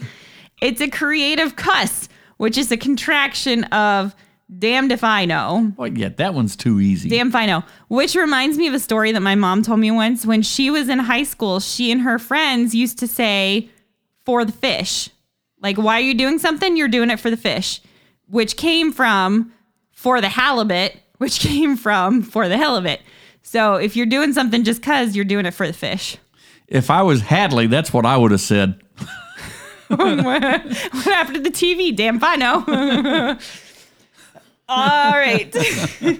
A: It's a creative cuss, which is a contraction of damned if I know.
B: Well, yeah, that one's too easy.
A: Damn if I know. Which reminds me of a story that my mom told me once. When she was in high school, she and her friends used to say, for the fish. Like, why are you doing something? You're doing it for the fish, which came from for the halibut, which came from for the hell of it. So if you're doing something just because you're doing it for the fish.
B: If I was Hadley, that's what I would have said.
A: after the TV. Damn fino. All right. this one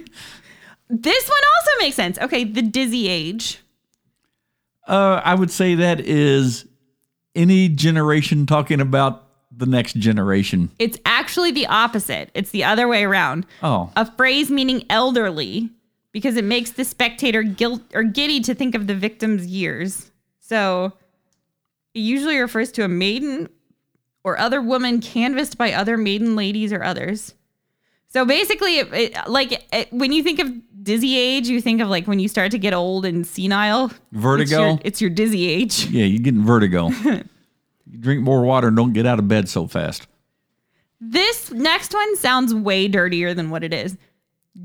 A: also makes sense. Okay, the dizzy age.
B: Uh, I would say that is any generation talking about the next generation.
A: It's actually the opposite. It's the other way around.
B: Oh,
A: A phrase meaning elderly because it makes the spectator guilt or giddy to think of the victim's years. So it usually refers to a maiden or other woman canvassed by other maiden ladies or others. So basically, it, it, like it, when you think of dizzy age, you think of like when you start to get old and senile. It's
B: vertigo.
A: your, it's your dizzy age.
B: yeah, you're getting vertigo. you drink more water and don't get out of bed so fast.
A: This next one sounds way dirtier than what it is.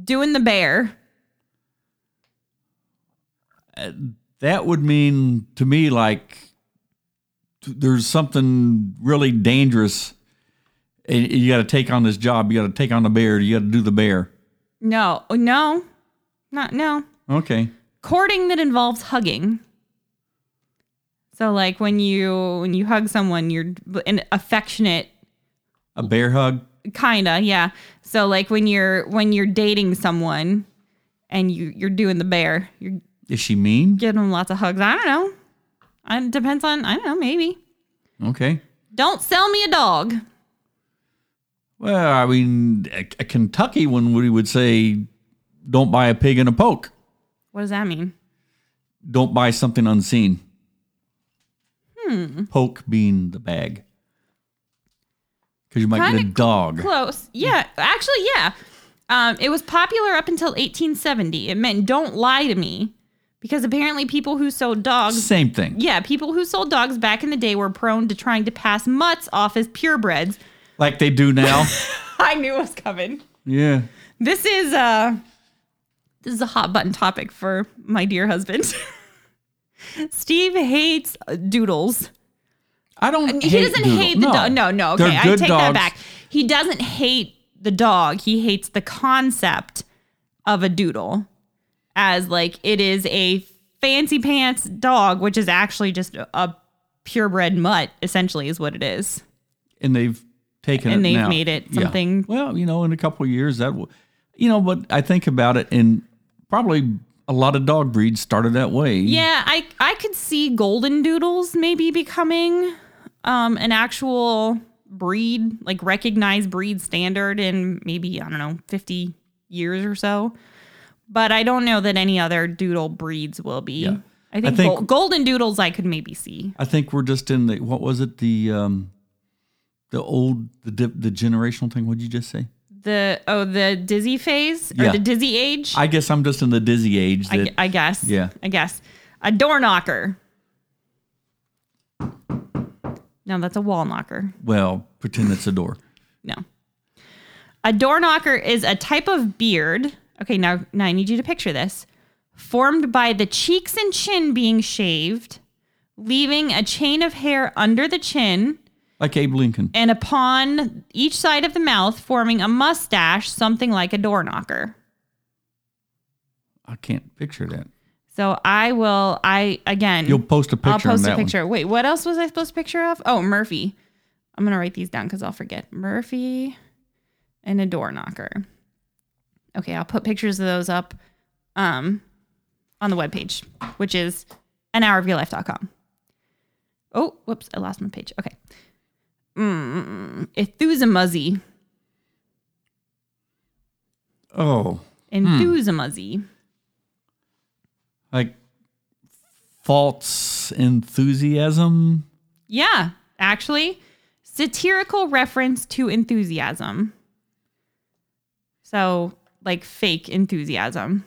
A: Doing the bear.
B: That would mean to me like t- there's something really dangerous. And you got to take on this job. You got to take on the bear. You got to do the bear.
A: No, Oh, no, not no.
B: Okay.
A: Courting that involves hugging. So like when you when you hug someone, you're an affectionate
B: A bear hug.
A: kinda, yeah. So like when you're when you're dating someone, and you you're doing the bear, you're
B: Is she mean?
A: giving them lots of hugs. I don't know. It depends on I don't know maybe.
B: Okay.
A: Don't sell me a dog.
B: Well, I mean, a, a Kentucky one we would say, "Don't buy a pig in a poke.
A: What does that mean?
B: Don't buy something unseen." Hmm. Poke being the bag, because you might get
A: Kinda
B: a dog.
A: Close. Yeah, actually, yeah. Um, it was popular up until 1870. It meant don't lie to me because apparently people who sold dogs,
B: Same thing.
A: yeah, people who sold dogs back in the day were prone to trying to pass mutts off as purebreds.
B: like they do now.
A: I knew it was coming.
B: yeah.
A: This is uh this is a hot button topic for my dear husband. Steve hates doodles.
B: I don't.
A: He
B: hate
A: doesn't
B: doodle.
A: hate the dog. No, no. Okay,
B: They're
A: I
B: good
A: take that
B: dogs.
A: back. He doesn't hate the dog. He hates the concept of a doodle as like it is a fancy pants dog, which is actually just a, a purebred mutt, essentially, is what it is.
B: and they've taken
A: And
B: it
A: they've
B: now.
A: made it
B: Yeah.
A: something-
B: Well, you know, in a couple of years that will, you know, but I think about it, and probably a lot of dog breeds started that way.
A: Yeah, I I could see golden doodles maybe becoming um, an actual breed, like recognized breed standard in maybe I don't know fifty years or so. But I don't know that any other doodle breeds will be.
B: Yeah.
A: I think,
B: think-
A: gol- golden doodles I could maybe see.
B: I think we're just in the what was it the um the old the di- the generational thing. What'd you just say?
A: The oh the dizzy phase or
B: Yeah.
A: the dizzy age. I,
B: I guess I'm just in the dizzy age. That
A: gu- I guess.
B: Yeah.
A: I guess a door knocker. No, that's a wall knocker.
B: Well, pretend it's a door.
A: No. A door knocker is a type of beard. Okay, now, now I need you to picture this. Formed by the cheeks and chin being shaved, leaving a chain of hair under the chin
B: Like Abe Lincoln.
A: and upon each side of the mouth, forming a mustache, something like a door knocker.
B: I can't picture that.
A: So I will, I again,
B: You'll post a picture
A: I'll post
B: on that
A: a picture. Wait, what else was I supposed to picture of? Oh, Murphy. I'm gonna write these down because I'll forget. Murphy and a door knocker. Okay, I'll put pictures of those up um, on the webpage, which is anhourofyourlife.com. Oh, whoops, I lost my page. Okay. Mm, Enthusiasmuzzy.
B: one. Oh,
A: Enthusiasmuzzy.
B: like false enthusiasm.
A: Yeah, actually, satirical reference to enthusiasm. So, like fake enthusiasm.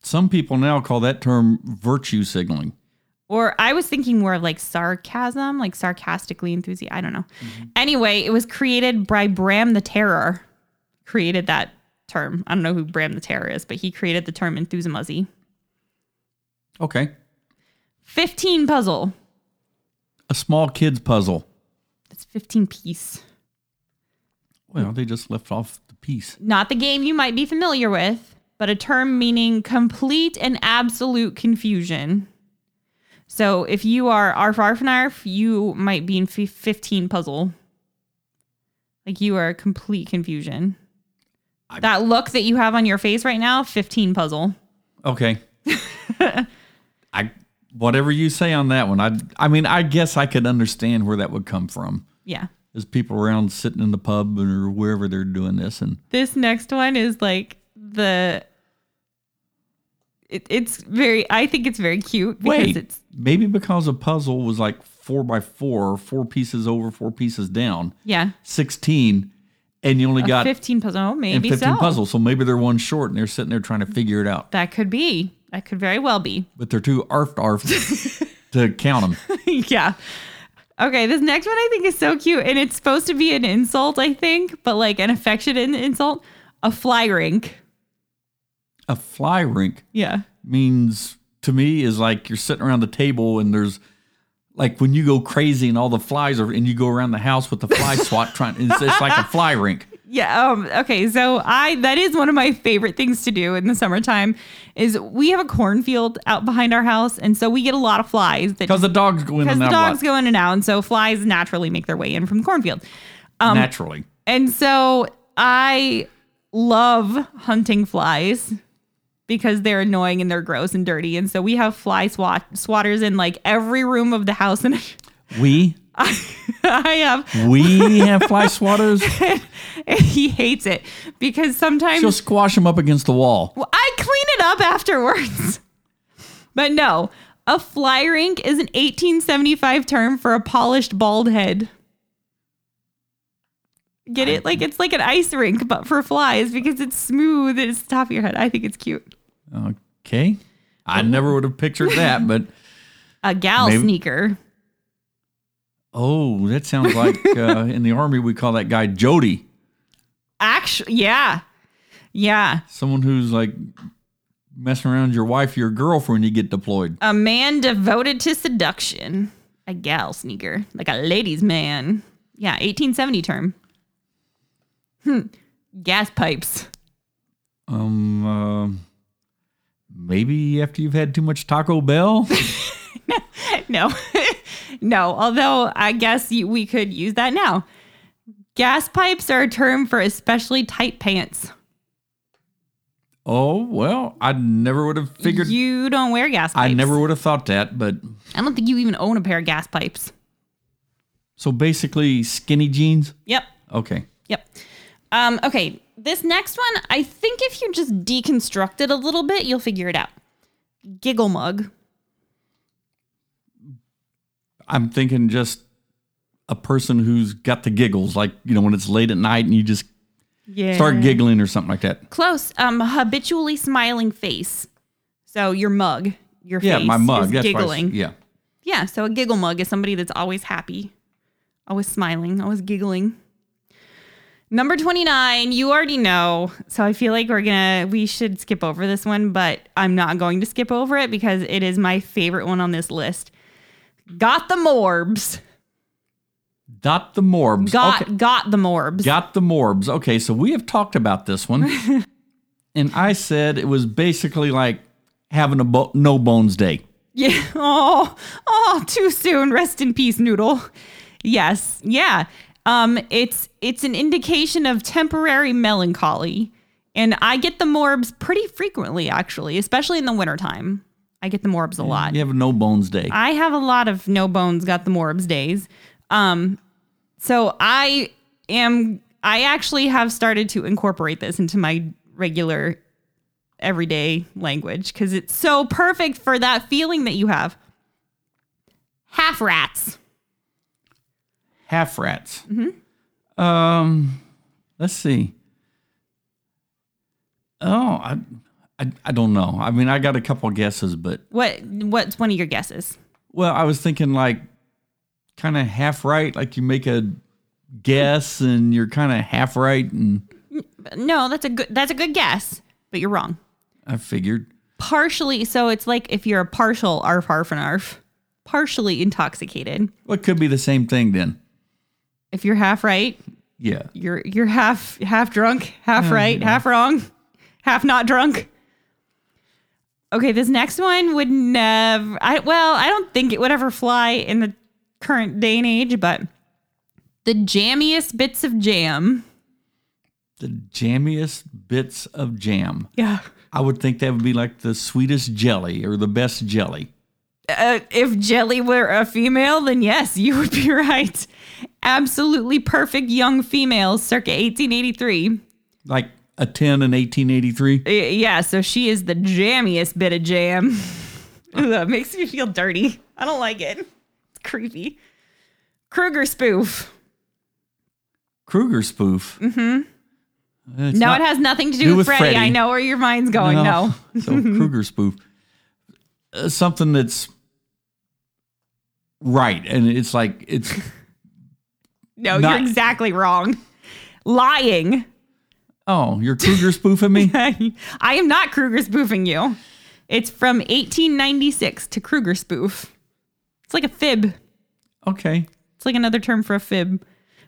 B: Some people now call that term virtue signaling.
A: Or I was thinking more of like sarcasm, like sarcastically enthusiastic. I don't know. Anyway, it was created by Bram the Terror, created that term. I don't know who Bram the Terror is, but he created the term enthusiasm.
B: Okay.
A: 15 puzzle.
B: A small kid's puzzle.
A: That's 15 piece.
B: Well, they just left off the piece.
A: not the game you might be familiar with, but a term meaning complete and absolute confusion. So if you are arf arf and arf, you might be in fif- 15 puzzle. Like you are complete confusion.
B: I-
A: that look that you have on your face right now, 15 puzzle.
B: Okay. I whatever you say on that one. I I mean, I guess I could understand where that would come from.
A: Yeah.
B: There's people around sitting in the pub or wherever they're doing this and
A: This next one is like the. It, it's very, I think it's very cute because
B: Wait,
A: it's.
B: maybe because a puzzle was like four by four, four pieces over, four pieces down,
A: Yeah.
B: 16, and you only
A: A
B: got
A: 15 puzzle. Oh,
B: and
A: maybe
B: 15
A: so.
B: puzzles. So maybe they're one short and they're sitting there trying to figure it out.
A: That could be. That could very well be.
B: But they're too arfed arfed to count them.
A: yeah. Okay, this next one I think is so cute, and it's supposed to be an insult, I think, but like an affectionate insult. A fly rink.
B: A fly rink
A: Yeah.
B: means to me is like you're sitting around the table and there's like when you go crazy and all the flies are and you go around the house with the fly swat trying it's, it's like a fly rink.
A: Yeah. Um, okay. So I that is one of my favorite things to do in the summertime is we have a cornfield out behind our house, and so we get a lot of flies that
B: Because the dogs go in
A: because
B: and
A: the
B: out
A: dogs
B: dogs
A: go in and out, and so flies naturally make their way in from the cornfield. um,
B: naturally.
A: And so I love hunting flies because they're annoying and they're gross and dirty. And so we have fly swat swatters in like every room of the house. And
B: We
A: I have,
B: we have fly swatters.
A: and he hates it because sometimes
B: She'll squash them up against the wall.
A: Well, I clean it up afterwards. but no, a fly rink is an 1875 term for a polished bald head. Get it? Like it's like an ice rink, but for flies because it's smooth and it's the top of your head. I think it's cute.
B: Okay. I never would have pictured that, but
A: A gal
B: Maybe-
A: sneaker.
B: oh, that sounds like uh, in the army we call that guy Jody,
A: Actually, yeah. Yeah.
B: someone who's like messing around with your wife, your girlfriend, you get deployed.
A: A man devoted to seduction. A gal sneaker. Like a ladies' man. Yeah, 1870 term. Hmm. Gas pipes.
B: Um, um, maybe after you've had too much Taco Bell.
A: No, no. Although I guess you, we could use that now. Gas pipes are a term for especially tight pants.
B: Oh well, I never would have figured.
A: you don't wear gas
B: I
A: pipes.
B: never would have thought that, but
A: I don't think you even own a pair of gas pipes.
B: so basically skinny jeans.
A: Yep.
B: Okay.
A: Yep. Um, okay. This next one, I think if you just deconstruct it a little bit, you'll figure it out. Giggle mug.
B: I'm thinking just a person who's got the giggles, like you know when it's late at night and you just
A: Yeah.
B: start giggling or something like that.
A: Close. Um, habitually smiling face. So your mug, your
B: Yeah,
A: face
B: my mug.
A: is
B: That's why I s-
A: giggling.
B: yeah.
A: Yeah, so a giggle mug is somebody that's always happy. Always smiling, always giggling. Number 29, you already know. So I feel like we're going to, we should skip over this one, but I'm not going to skip over it because it is my favorite one on this list. Got the morbs.
B: Dot the morbs.
A: Got,
B: Okay.
A: got the morbs.
B: Got the morbs. Okay, so we have talked about this one. and I said it was basically like having a bo- no bones day.
A: Yeah. Oh, oh, too soon. Rest in peace, noodle. Yes. Yeah. Um, it's it's an indication of temporary melancholy. And I get the morbs pretty frequently, actually, especially in the wintertime. I get the morbs a lot.
B: You have a no bones day.
A: I have a lot of no bones got the morbs days. Um, so I am I actually have started to incorporate this into my regular everyday language because it's so perfect for that feeling that you have. Half rats.
B: Half rats.
A: Mm-hmm.
B: Um, let's see. Oh, I, I, I don't know. I mean, I got a couple guesses, but
A: What what's one of your guesses?
B: well, I was thinking like kind of half right, like you make a guess and you're kind of half right, and
A: No, that's a good that's a good guess, but you're wrong.
B: I figured.
A: Partially, so it's like if you're a partial arf arf and arf, partially intoxicated.
B: Well, it could be the same thing then.
A: If you're half right,
B: Yeah.
A: you're you're half half drunk, half right, half wrong, half not drunk. Okay, this next one would never. I well, I don't think it would ever fly in the current day and age, but the jammiest bits of jam.
B: The jammiest bits of jam.
A: Yeah.
B: I would think that would be like the sweetest jelly or the best jelly.
A: Uh, if Jelly were a female, then yes, you would be right. Absolutely perfect young female, circa 1883.
B: Like a 10 in 1883.
A: Y- Yeah, so she is the jammiest bit of jam. Ugh, it makes me feel dirty. I don't like it. It's creepy. Kruger spoof.
B: Kruger spoof. Mm-hmm. It's
A: no,
B: not-
A: it has nothing to do,
B: do
A: with,
B: with
A: Freddy.
B: Freddy.
A: I know where your mind's going. No.
B: so Kruger spoof. Uh, something that's right, and it's like it's
A: No,
B: Not-
A: you're exactly wrong. Lying.
B: oh, you're Kruger spoofing me.
A: I am not Kruger spoofing you. It's from 1896 to Kruger spoof. It's like a fib.
B: Okay,
A: It's like another term for a fib.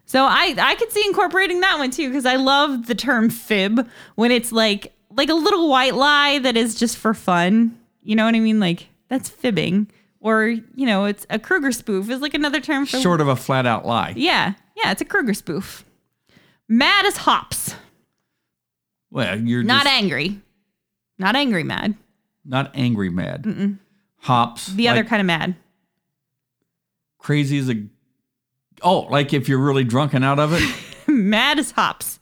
A: So I I could see incorporating that one too because I love the term fib when it's like like a little white lie that is just for fun. You know what I mean? Like that's fibbing. Or you know, it's a Kruger spoof is like another term for
B: sort of a flat out lie.
A: yeah yeah. It's a Kruger spoof. Mad as hops,
B: Well, you're
A: not
B: just
A: angry, not angry mad.
B: not angry mad. Hops
A: The
B: like
A: other kind of mad.
B: crazy as a oh, like if you're really drunk and out of it.
A: mad as hops.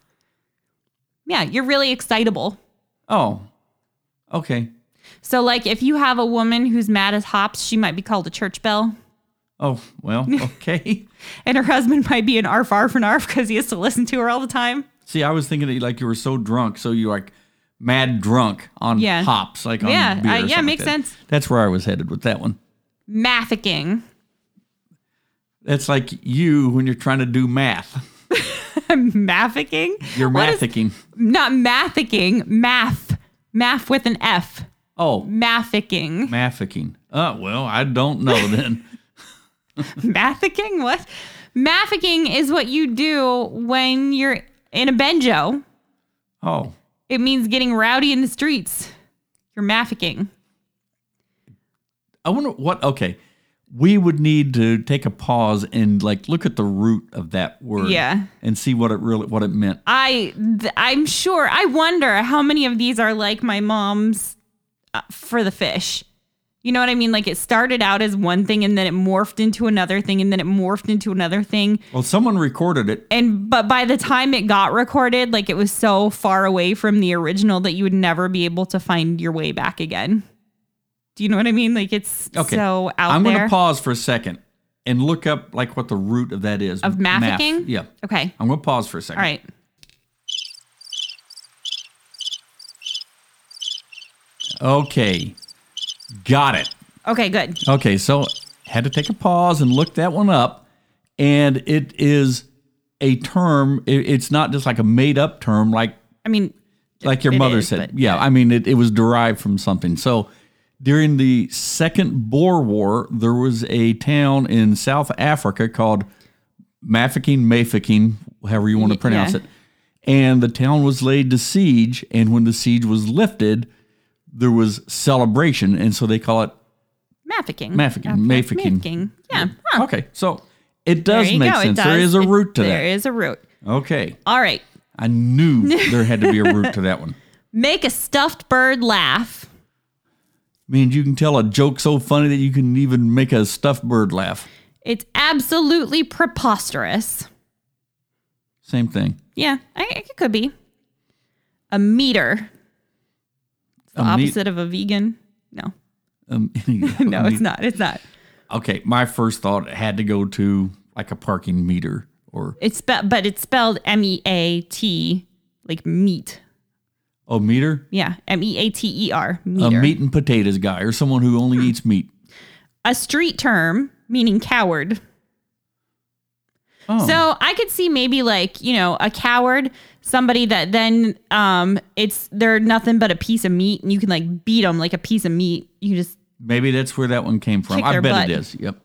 A: Yeah, you're really excitable.
B: oh, okay.
A: So, like, if you have a woman who's mad as hops, she might be called a church bell,
B: Oh well, okay.
A: and her husband might be an arf arf and arf because he has to listen to her all the time.
B: See, I was thinking that like you were so drunk, so you like mad drunk on
A: Yeah.
B: hops, like on
A: Yeah,
B: beer
A: uh,
B: or
A: yeah,
B: something like
A: makes
B: that.
A: sense.
B: That's where I was headed with that one.
A: Mathicking,
B: That's like you when you're trying to do math.
A: mathicking.
B: You're
A: What is-
B: mathicking.
A: not mathicking. Math, math with an F.
B: oh,
A: Mathicking,
B: mathicking. Oh well, I don't know then.
A: mathicking. What? Mathicking is what you do when you're in a benjo.
B: oh,
A: It means getting rowdy in the streets. You're mathicking.
B: I wonder what. Okay, we would need to take a pause and like look at the root of that word.
A: Yeah.
B: and see what it really what it meant.
A: I th- I'm sure. I wonder how many of these are like my mom's uh, for the fish. You know what I mean? Like it started out as one thing and then it morphed into another thing and then it morphed into another thing.
B: Well, someone recorded it.
A: And but by the time it got recorded, like it was so far away from the original that you would never be able to find your way back again. Do you know what I mean? Like it's
B: Okay.
A: so out
B: I'm
A: there.
B: gonna pause for a second and look up like what the root of that is.
A: Of
B: Math.
A: mathicking?
B: Yeah.
A: okay.
B: I'm gonna pause for a second.
A: All right.
B: Okay. Got it.
A: Okay, good.
B: Okay, so had to take a pause and look that one up. and it is a term. It, it's not just like a made up term, like
A: I mean,
B: like your
A: It
B: mother
A: is,
B: said.
A: but-
B: yeah, I mean, it, it was derived from something. So during the Second Boer War, there was a town in South Africa called Mafeking, Mafeking, however you want to pronounce
A: yeah.
B: it. And the town was laid to siege. And when the siege was lifted, there was celebration. And so they call it
A: Mafficking.
B: Mafficking, Mafficking.
A: Mafficking. Yeah. Huh.
B: Okay. So it does
A: There you
B: make
A: go. It
B: sense. There
A: does.
B: is a
A: It-
B: root to
A: There
B: that.
A: is a root.
B: Okay.
A: All right.
B: I knew there had to be a root to that one.
A: Make a stuffed bird laugh.
B: means you can tell a joke so funny that you can even make a stuffed bird laugh.
A: It's absolutely preposterous.
B: Same thing.
A: Yeah, I, it could be. A meter. It's the
B: A meat-
A: opposite of a vegan. No,
B: Um,
A: no, it's not. It's not.
B: Okay, my first thought had to go to like a parking meter or
A: It's spe- but it's spelled M E A T, like meat.
B: a oh, meter,
A: Yeah, M E A T E R.
B: a
A: Meter.
B: meat and potatoes guy, or someone who only eats meat.
A: a street term meaning coward.
B: Oh,
A: So I could see maybe like, you know, a coward, somebody that then um it's they're nothing but a piece of meat and you can like beat them like a piece of meat. You just
B: maybe that's where that one came from.
A: Kick
B: I
A: their
B: bet it
A: butt.
B: is. Yep.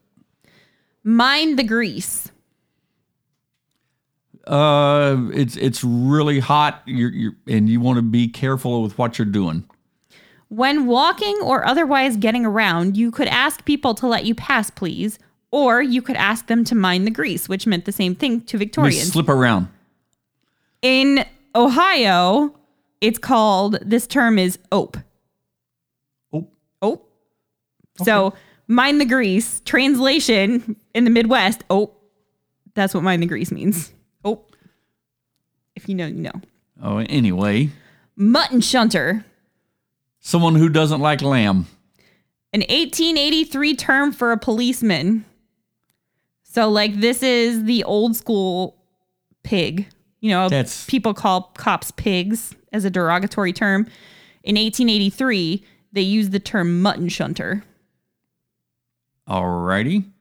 A: mind the grease.
B: Uh, it's it's really hot. You're, you're and you want to be careful with what you're doing.
A: When walking or otherwise getting around, you could ask people to let you pass, please, or you could ask them to mind the grease, which meant the same thing to
B: We
A: Victorians.
B: slip around.
A: In Ohio, it's called this term is ope.
B: Oh,
A: Oh. So mind the grease. Translation in the Midwest. Oh, that's what mind the grease means. Oh. If you know, you know.
B: oh. Anyway,
A: Mutton shunter,
B: someone who doesn't like lamb.
A: an 1883 term for a policeman. So like this is the old school pig. You know,
B: That's-
A: people call cops pigs as a derogatory term. In 1883, they used the term mutton shunter.
B: Alrighty.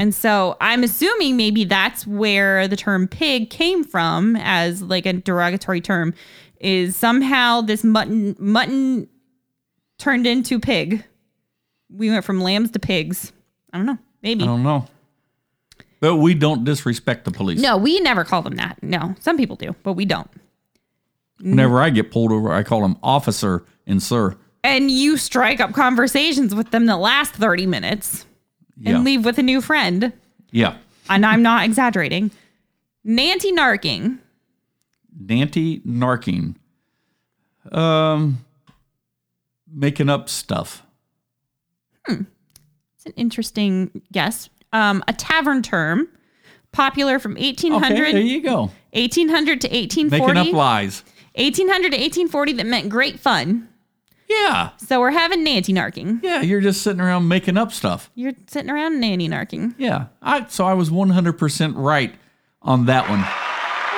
A: And so I'm assuming maybe that's where the term pig came from as like a derogatory term is somehow this mutton mutton turned into pig. We went from lambs to pigs. I don't know. Maybe.
B: I don't know. But we don't disrespect the police.
A: No, we never call them that. No. Some people do, but we don't.
B: Whenever I get pulled over, I call them officer and sir.
A: And you strike up conversations with them the last 30 minutes and
B: Yeah.
A: leave with a new friend.
B: yeah.
A: And I'm not exaggerating. Nanty narking.
B: Nanty narking. Um making up stuff.
A: It's an interesting guess. Um, a tavern term, popular from 1800,
B: Okay, there you go.
A: 1800 to
B: Making
A: 1840,
B: up lies.
A: 1800 to 1840 that meant great fun.
B: Yeah.
A: So we're having nanty narking.
B: Yeah, you're just sitting around making up stuff.
A: You're sitting around nanny narking.
B: Yeah. I so I was 100% right on that one.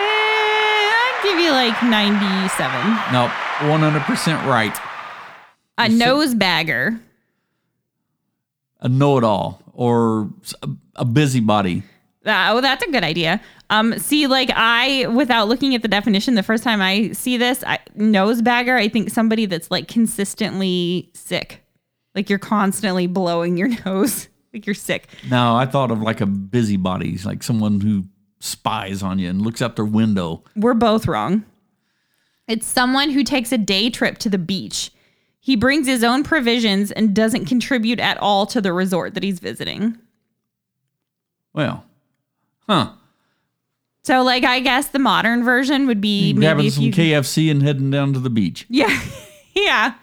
A: Eh, I'd give you like 97.
B: No, 100% right.
A: A nose bagger,
B: A know-it-all or s- a- a busybody.
A: Uh, oh, that's a good idea. Um, see, like I, without looking at the definition, the first time I see this I, nose bagger, I think somebody that's like consistently sick, like you're constantly blowing your nose, like you're sick.
B: No, I thought of like a busybody, like someone who spies on you and looks out their window.
A: We're both wrong. It's someone who takes a day trip to the beach. He brings his own provisions and doesn't contribute at all to the resort that he's visiting.
B: Well, huh?
A: So, like, I guess the modern version would be maybe
B: Grabbing
A: if
B: some
A: you
B: KFC and heading down to the beach.
A: Yeah. yeah.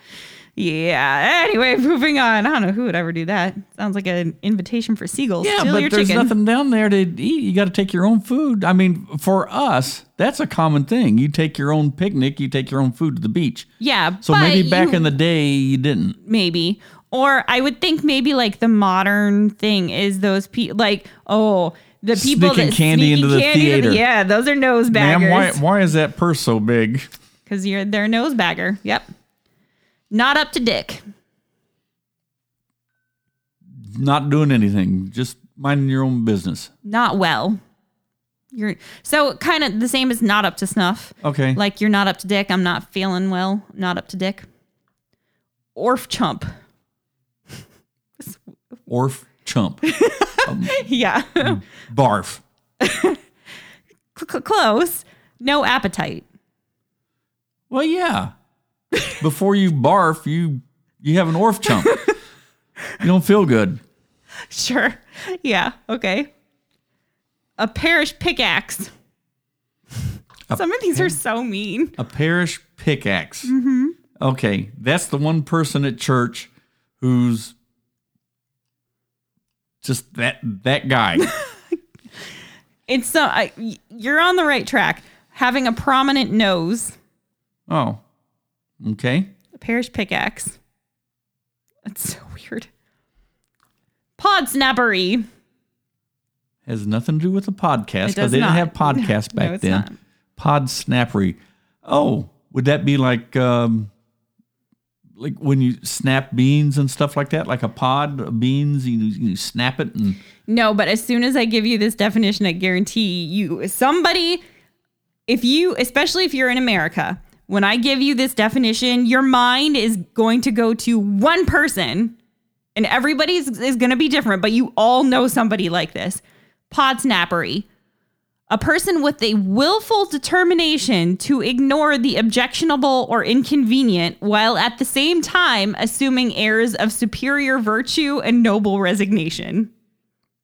A: Yeah. Anyway, moving on. I don't know who would ever do that. Sounds like an invitation for seagulls.
B: Yeah,
A: Steal
B: but
A: your
B: there's
A: chicken.
B: nothing down there to eat. You got to take your own food. I mean, for us, that's a common thing. You take your own picnic. You take your own food to the beach.
A: Yeah.
B: So maybe back in the day you didn't.
A: maybe. Or I would think maybe like the modern thing is those people like oh the people
B: Sneaking
A: that
B: candy
A: sneaking
B: into the
A: candy to
B: theater.
A: yeah, those are nose
B: Ma'am, why
A: baggers.
B: why is that purse so big?
A: Because you're their nose bagger. Yep. Not up to dick.
B: Not doing anything, just minding your own business.
A: Not well. You're so kind of the same as not up to snuff.
B: Okay.
A: Like you're not up to dick. I'm not feeling well. Not up to dick. Orf chump.
B: Orf chump.
A: yeah.
B: Barf.
A: Cl- cl- Close. No appetite.
B: Well, yeah. Before you barf, you you have an orf chump. you don't feel good.
A: Sure. Yeah. Okay. A parish pickaxe. Some of these are so mean.
B: A parish pickaxe. Okay, that's the one person at church who's just that that guy.
A: It's so I, y- you're on the right track. Having a prominent nose,
B: oh, okay.
A: a parish pickaxe. That's so weird. Pod snappery.
B: Has nothing to do with the podcast
A: It does
B: because they
A: not.
B: didn't have podcasts
A: No,
B: back
A: it's
B: then.
A: not.
B: Pod snappery. Oh, would that be like um, like when you snap beans and stuff like that, like a pod of beans? You you snap it and
A: No, but as soon as I give you this definition, I guarantee you somebody if you especially if you're in America, when I give you this definition, your mind is going to go to one person and everybody's is going to be different, but you all know somebody like this. Podsnappery. A person with a willful determination to ignore the objectionable or inconvenient while at the same time assuming airs of superior virtue and noble resignation.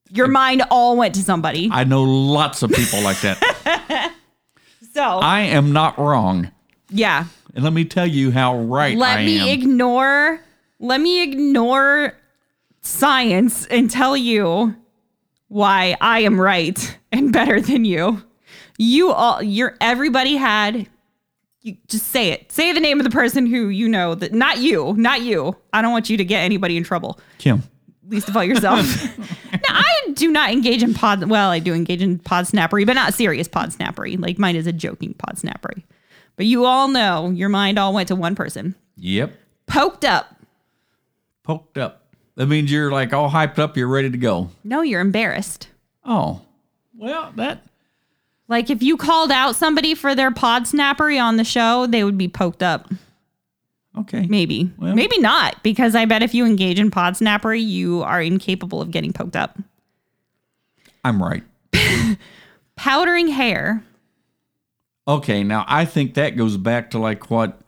A: Your mind all went to somebody.
B: I know lots of people like that.
A: So,
B: I am not wrong.
A: yeah.
B: And let me tell you how right
A: Let
B: I
A: me
B: am.
A: ignore let me ignore science and tell you why I am right and better than you. You all you're everybody had you just say it. Say the name of the person who you know that not you, not you. I don't want you to get anybody in trouble.
B: Kim.
A: Least of all yourself. now I do not engage in pod well, I do engage in pod snappery, but not serious pod snappery. Like mine is a joking pod snappery. But you all know your mind all went to one person
B: Yep.
A: poked up.
B: Poked up. That means you're like all hyped up, you're ready to go.
A: No, you're embarrassed.
B: Oh. Well, that
A: Like if you called out somebody for their pod snappery on the show, they would be poked up.
B: okay.
A: Maybe.
B: Well-
A: Maybe not, because I bet if you engage in pod snappery, you are incapable of getting poked up.
B: I'm right.
A: Powdering hair.
B: Okay, now I think that goes back to like what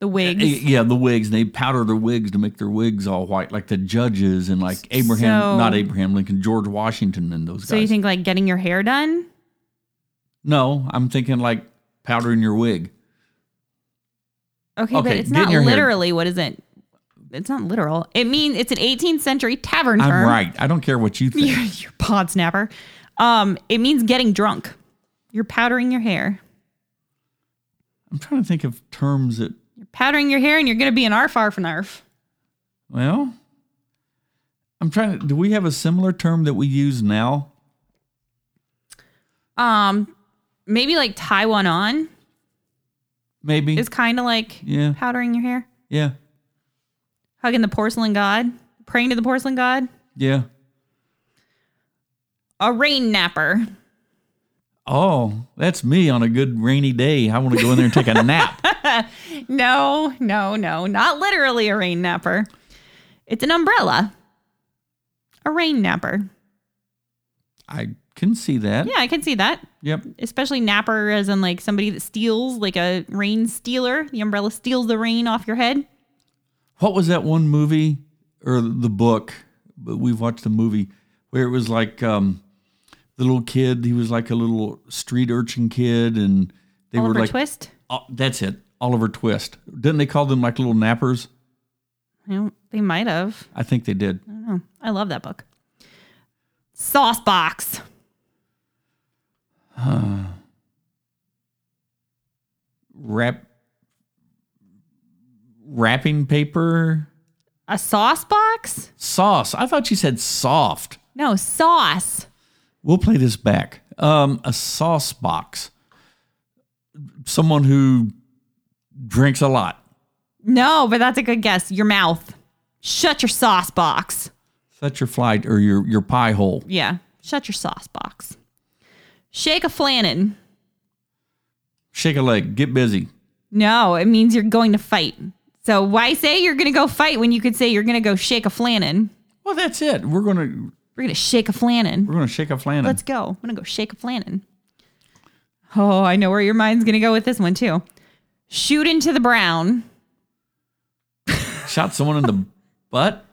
A: The wigs.
B: yeah, the wigs. They powder their wigs to make their wigs all white, like the judges and like Abraham
A: So-
B: not Abraham Lincoln, George Washington and those guys.
A: so you think like getting your hair done?
B: no, I'm thinking like powdering your wig.
A: Okay, but
B: Okay,
A: it's
B: getting
A: not
B: your hair-
A: literally what is it? It's not literal. It means it's an 18th century tavern
B: I'm
A: term.
B: right. I don't care what you think.
A: You're, you're pod snapper. Um, it means getting drunk. You're powdering your hair.
B: I'm trying to think of terms that
A: powdering your hair and you're going to be an arf arf and arf.
B: Well, I'm trying to. Do we have a similar term that we use now?
A: Um, maybe like tie one on
B: Maybe.
A: is kind of like
B: Yeah.
A: powdering your hair,
B: yeah.
A: hugging the porcelain god, praying to the porcelain god,
B: Yeah.
A: a rain napper.
B: Oh, that's me on a good rainy day. I want to go in there and take a nap.
A: No, no, no, not literally a rain napper. It's an umbrella. A rain napper.
B: I can see that.
A: Yeah, I can see that.
B: Yep.
A: Especially napper as in like somebody that steals, like a rain stealer. The umbrella steals the rain off your head.
B: What was that one movie or the book? But we've watched the movie where it was like um, the little kid. He was like a little street urchin kid, and they
A: Oliver
B: were like,
A: Twist.
B: Oh, that's it, Oliver Twist. Didn't they call them like little nappers?
A: I don't- they might have.
B: I think they did.
A: Oh, I love that book. Sauce box.
B: wrap wrapping paper
A: A sauce box?
B: sauce. I thought you said soft.
A: No, sauce.
B: We'll play this back. Um, a sauce box. Someone who drinks a lot.
A: No, but that's a good guess. Your mouth. Shut your sauce box.
B: Shut your flight or your, your pie hole.
A: Yeah. Shut your sauce box. Shake a flannin.
B: Shake a leg. Get busy.
A: No, it means you're going to fight. So why say you're going to go fight when you could say you're going to go shake a flannin?
B: Well, that's it. We're gonna
A: We're going to shake a flannin.
B: we're gonna shake a flannan.
A: Let's go. I'm going to go shake a flannin. Oh, I know where your mind's going to go with this one too. Shoot into the brown.
B: Shot someone in the butt.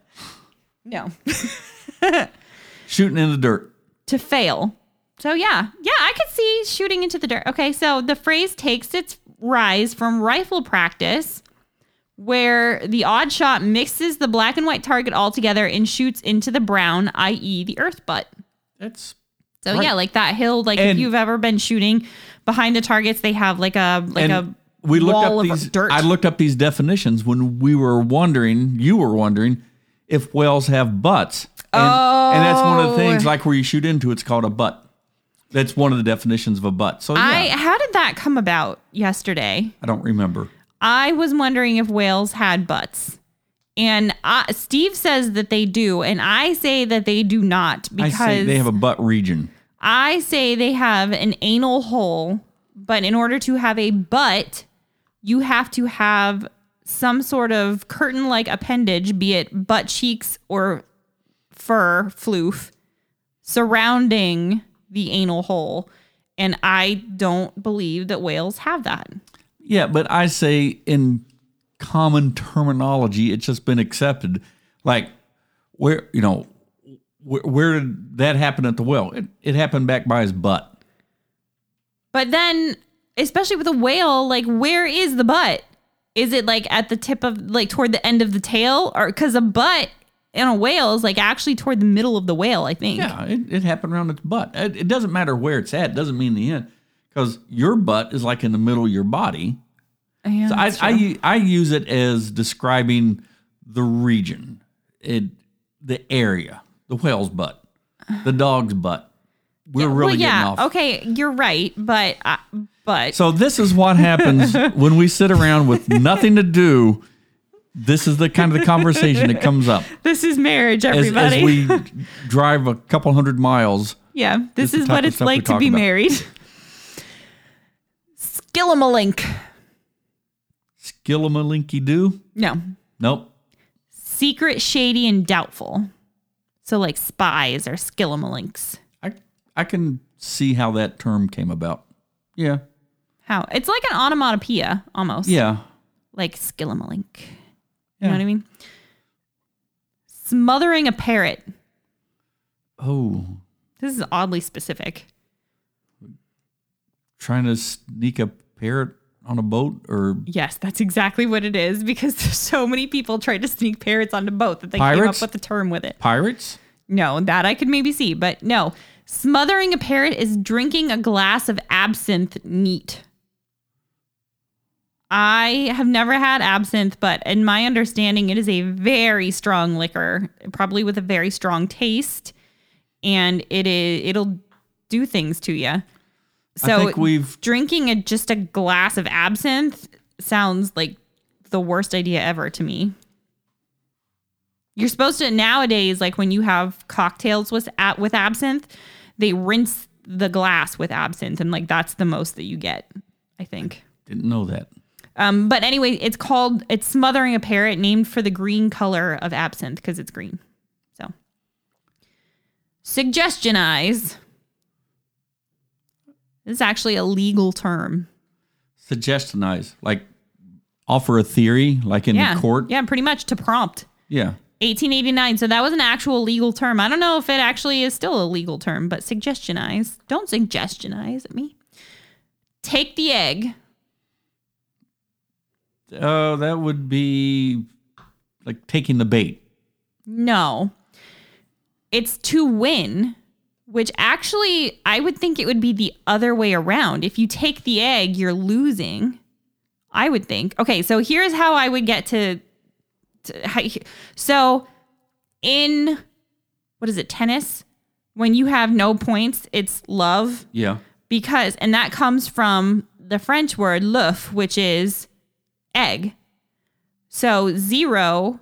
A: No.
B: Shooting in the dirt.
A: to fail. So yeah, yeah, I could see shooting into the dirt. Okay, so the phrase takes its rise from rifle practice, where the odd shot mixes the black and white target all together and shoots into the brown, i.e., the earth butt.
B: That's
A: So
B: Right.
A: yeah, like that hill. Like if
B: And-
A: you've ever been shooting behind the targets, they have like a like
B: and
A: a
B: we looked
A: wall
B: up
A: of
B: these.
A: dirt.
B: I looked up these definitions when we were wondering. You were wondering if whales have butts. And, and that's one of the things
A: Oh.
B: like where you shoot into. It's called a butt. That's one of the definitions of a butt. So yeah,
A: I
B: I,
A: how did that come about yesterday?
B: don't remember.
A: I was wondering if whales had butts. And I, Steve says that they do, and I say that they do not
B: I
A: because
B: say they have a butt region.
A: I say they have an anal hole, but in order to have a butt, you have to have some sort of curtain like appendage, be it butt cheeks or fur floof, surrounding the anal hole. And I don't believe that whales have that.
B: Yeah, but I say in common terminology, it's just been accepted. Like where you know where, where did that happen at the well? It, it happened back by his butt.
A: But then, especially with a whale, like where is the butt? Is it like at the tip of like toward the end of the tail, or because a butt in a whale is like actually toward the middle of the whale? I think.
B: Yeah, it, it happened around its butt. It, it doesn't matter where it's at. It doesn't mean the end because your butt is like in the middle of your body.
A: Yeah,
B: So I,
A: that's
B: I,
A: true.
B: u- I use it as describing the region, it, the area, the whale's butt, the dog's butt. We're really
A: well, yeah.
B: getting off.
A: Okay, you're right, but uh, but
B: So this is what happens when we sit around with nothing to do. This is the kind of the conversation that comes up
A: this is marriage,
B: as,
A: everybody.
B: as we drive a couple hundred miles.
A: yeah, this
B: That's the
A: is
B: type
A: what
B: of
A: it's
B: stuff we
A: like to
B: talk
A: be
B: about.
A: married. Skillimalink.
B: Skillamalinky doo?
A: No,
B: Nope.
A: secret, shady, and doubtful. So like spies or skillamalinks.
B: I I can see how that term came about. Yeah.
A: How it's like an onomatopoeia almost.
B: Yeah.
A: Like skillamalink. You
B: Yeah.
A: know what I mean? Smothering a parrot.
B: Oh,
A: This is oddly specific.
B: trying to sneak a parrot on a boat or
A: Yes, that's exactly what it is because there's so many people tried to sneak parrots onto both that they came up
B: Pirates?
A: with the term with it.
B: pirates?
A: No, that I could maybe see, but no. Smothering a parrot is drinking a glass of absinthe neat. I have never had absinthe, but in my understanding, it is a very strong liquor, probably with a very strong taste, and it is it'll do things to you. So
B: I think we've
A: drinking a, just a glass of absinthe sounds like the worst idea ever to me. You're supposed to nowadays, like when you have cocktails with a- with absinthe, they rinse the glass with absinthe, and like that's the most that you get, I think.
B: didn't know that.
A: Um, but anyway, it's called it's smothering a parrot, named for the green color of absinthe because it's green. So, suggestionize. This is actually a legal term.
B: Suggestionize, like offer a theory, like in
A: yeah.
B: the court.
A: Yeah, pretty much to prompt.
B: Yeah.
A: 1889. So that was an actual legal term. I don't know if it actually is still a legal term, but suggestionize. Don't suggestionize at me. Take the egg.
B: Uh, that would be like taking the bait.
A: No. It's to win, which actually I would think it would be the other way around. If you take the egg, you're losing. I would think. Okay, so here's how I would get to, to how, so in what is it, tennis? When you have no points, it's love
B: Yeah.
A: because and that comes from the french word luf which is egg so zero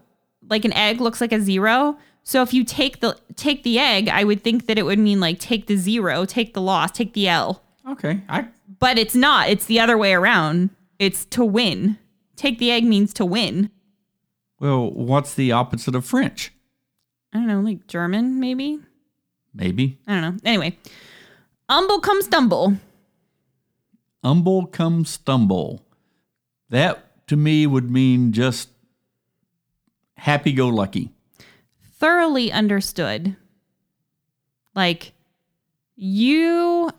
A: like an egg looks like a zero So if you take the take the egg, I would think that it would mean like take the zero, take the loss, take the L.
B: Okay. I
A: But it's not. It's the other way around. It's to win. Take the egg means to win.
B: well, what's the opposite of French?
A: I don't know, like German maybe.
B: Maybe
A: I don't know. Anyway, umble come stumble.
B: humble come stumble. That to me would mean just happy go lucky.
A: thoroughly understood. Like you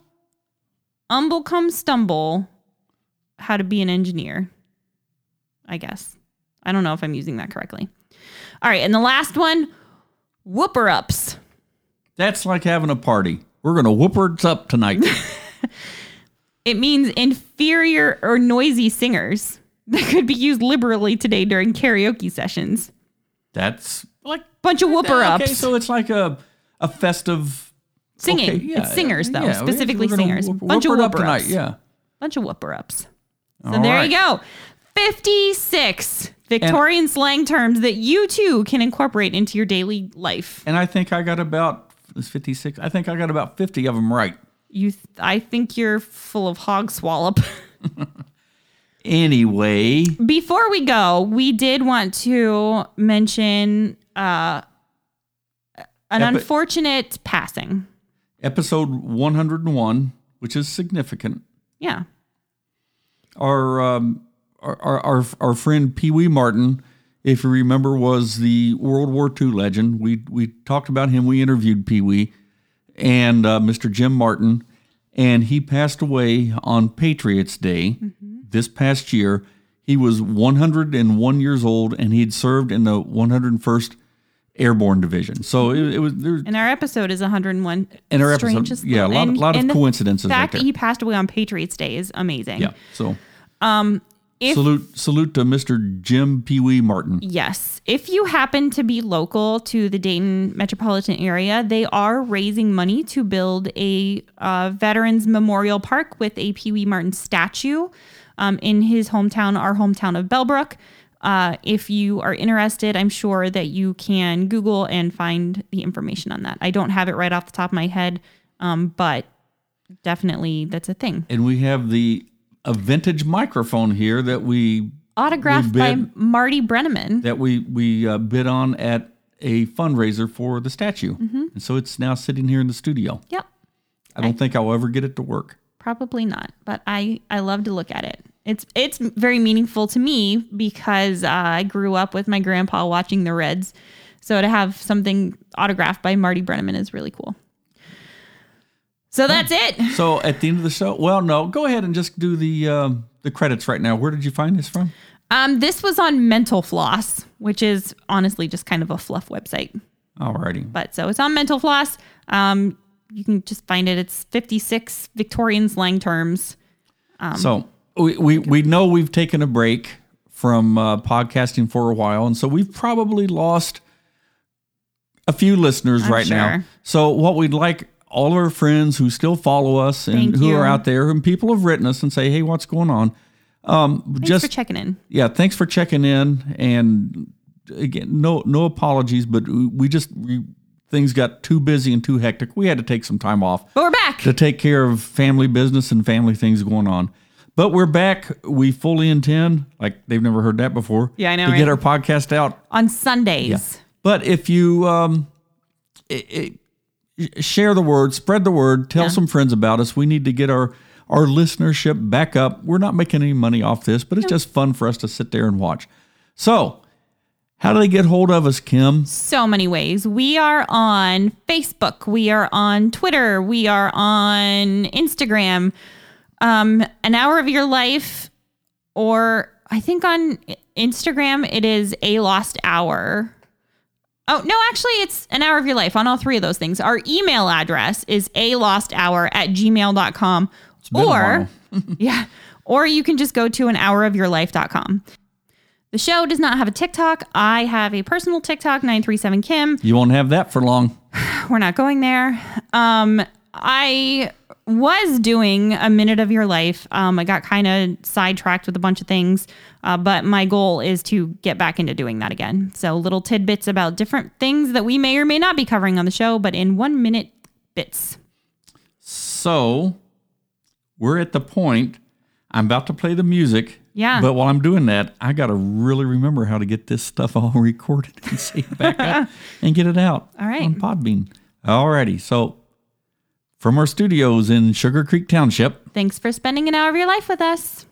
A: umble come stumble how to be an engineer, I guess. I don't know if I'm using that correctly. All right, and the last one, whooper ups.
B: That's like having a party. We're gonna whoop her up tonight.
A: It means inferior or noisy singers that could be used liberally today during karaoke sessions.
B: That's like
A: Bunch of whooper ups.
B: Okay, so it's like a a festive
A: singing.
B: okay, yeah,
A: it's singers though,
B: yeah, we're
A: specifically
B: gonna
A: singers.
B: whoop-
A: Bunch
B: whoop
A: of
B: her up
A: whooper
B: tonight.
A: ups.
B: Yeah.
A: bunch of whooper ups. So
B: All
A: there
B: right.
A: you go. 56 Victorian slang terms that you too can incorporate into your daily life.
B: And I think I got about it's 56. I think I got about 50 of them right.
A: You th- I think you're full of hog swallop.
B: Anyway,
A: Before we go, we did want to mention uh, an
B: Epi-
A: unfortunate passing.
B: episode 101, which is significant,
A: Yeah.
B: our um, our, our our our friend Pee Wee Martin, if you remember, was the World War II legend. We we talked about him. We interviewed Pee Wee and uh, Mr. Jim Martin, and he passed away on Patriots Day this past year. He was 101 years old, and he'd served in the 101st Airborne Division. So it, it was there,
A: And our episode is 101.
B: in our episode,
A: Strangest
B: yeah, a
A: Thing.
B: lot,
A: And-
B: lot of
A: and the
B: coidences right
A: fact
B: there.
A: that he passed away on Patriots Day is amazing.
B: yeah, so.
A: Um, if-
B: salute salute to Mr. Jim Pee Wee Martin.
A: Yes. If you happen to be local to the Dayton metropolitan area, they are raising money to build a uh, Veterans Memorial Park with a Pee Wee Martin statue um, in his hometown, our hometown of Bellbrook. Uh, if you are interested, I'm sure that you can Google and find the information on that. I don't have it right off the top of my head, um, but definitely that's a thing.
B: and we have the a vintage microphone here that we
A: Autographed
B: We
A: by
B: bid-
A: Marty Brenneman.
B: that we we uh, bid on at a fundraiser for the statue,
A: Mm-hmm.
B: and so it's now sitting here in the studio.
A: Yep.
B: I don't think I'll ever get it to work.
A: Probably not, but I I love to look at it. It's it's very meaningful to me because uh, I grew up with my grandpa watching the Reds, so to have something autographed by Marty Brenneman is really cool. So that's it.
B: So at the end of the show, well, no, go ahead and just do the um, the credits right now. Where did you find this from?
A: Um, this was on Mental Floss, which is honestly just kind of a fluff website.
B: Alrighty,
A: But so it's on Mental Floss. Um, you can just find it. It's 56 Victorian slang terms.
B: so we, we we know we've taken a break from uh, podcasting for a while, and so we've probably lost a few listeners right now.
A: sure.
B: So what we'd like all of our friends who still follow us and
A: Thank
B: who
A: you.
B: are out there and people have written us and say, "Hey, what's going on?" Um,
A: Thanks
B: just
A: for checking in.
B: yeah, thanks for checking in. And again, no no apologies, but we just we, things got too busy and too hectic. We had to take some time off
A: But we're back.
B: to take care of family business and family things going on. But we're back. We fully intend, like they've never heard that before.
A: Yeah, I know,
B: To get
A: right?
B: our podcast out.
A: On Sundays.
B: But if you um, i i share the word, spread the word, tell some friends about us. We need to get our our listenership back up. We're not making any money off this, but it's just fun for us to sit there and watch. So, how do they get hold of us, Kim?
A: so many ways. We are on Facebook, we are on Twitter, we are on Instagram. Um, an hour of your life, or I think on Instagram it is a lost hour. Oh no, actually it's an hour of your life on all three of those things. Our email address is a lost hour at gmail.com
B: been a
A: or yeah, or you can just go to an hour of your life.com. The show does not have a TikTok. I have a personal TikTok, 937 Kim.
B: You won't have that for long.
A: We're not going there. Um, I was doing a minute of your life. Um, I got kind of sidetracked with a bunch of things, uh, but my goal is to get back into doing that again. So, little tidbits about different things that we may or may not be covering on the show, but in one minute bits.
B: So we're at the point I'm about to play the music.
A: Yeah.
B: But while I'm doing that, I got to really remember how to get this stuff all recorded and saved back up and get it out.
A: All right.
B: On Podbean. All righty. So from our studios in Sugar Creek Township,
A: Thanks for spending an hour of your life with us.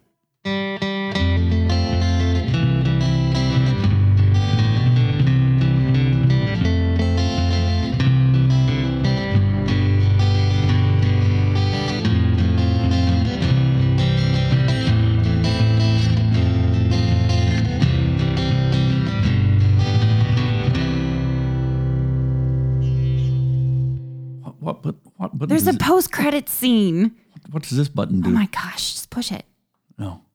B: what what what, what button
A: There's a
B: does,
A: post credit scene.
B: what does this button do?
A: Oh my gosh, just push it.
B: no.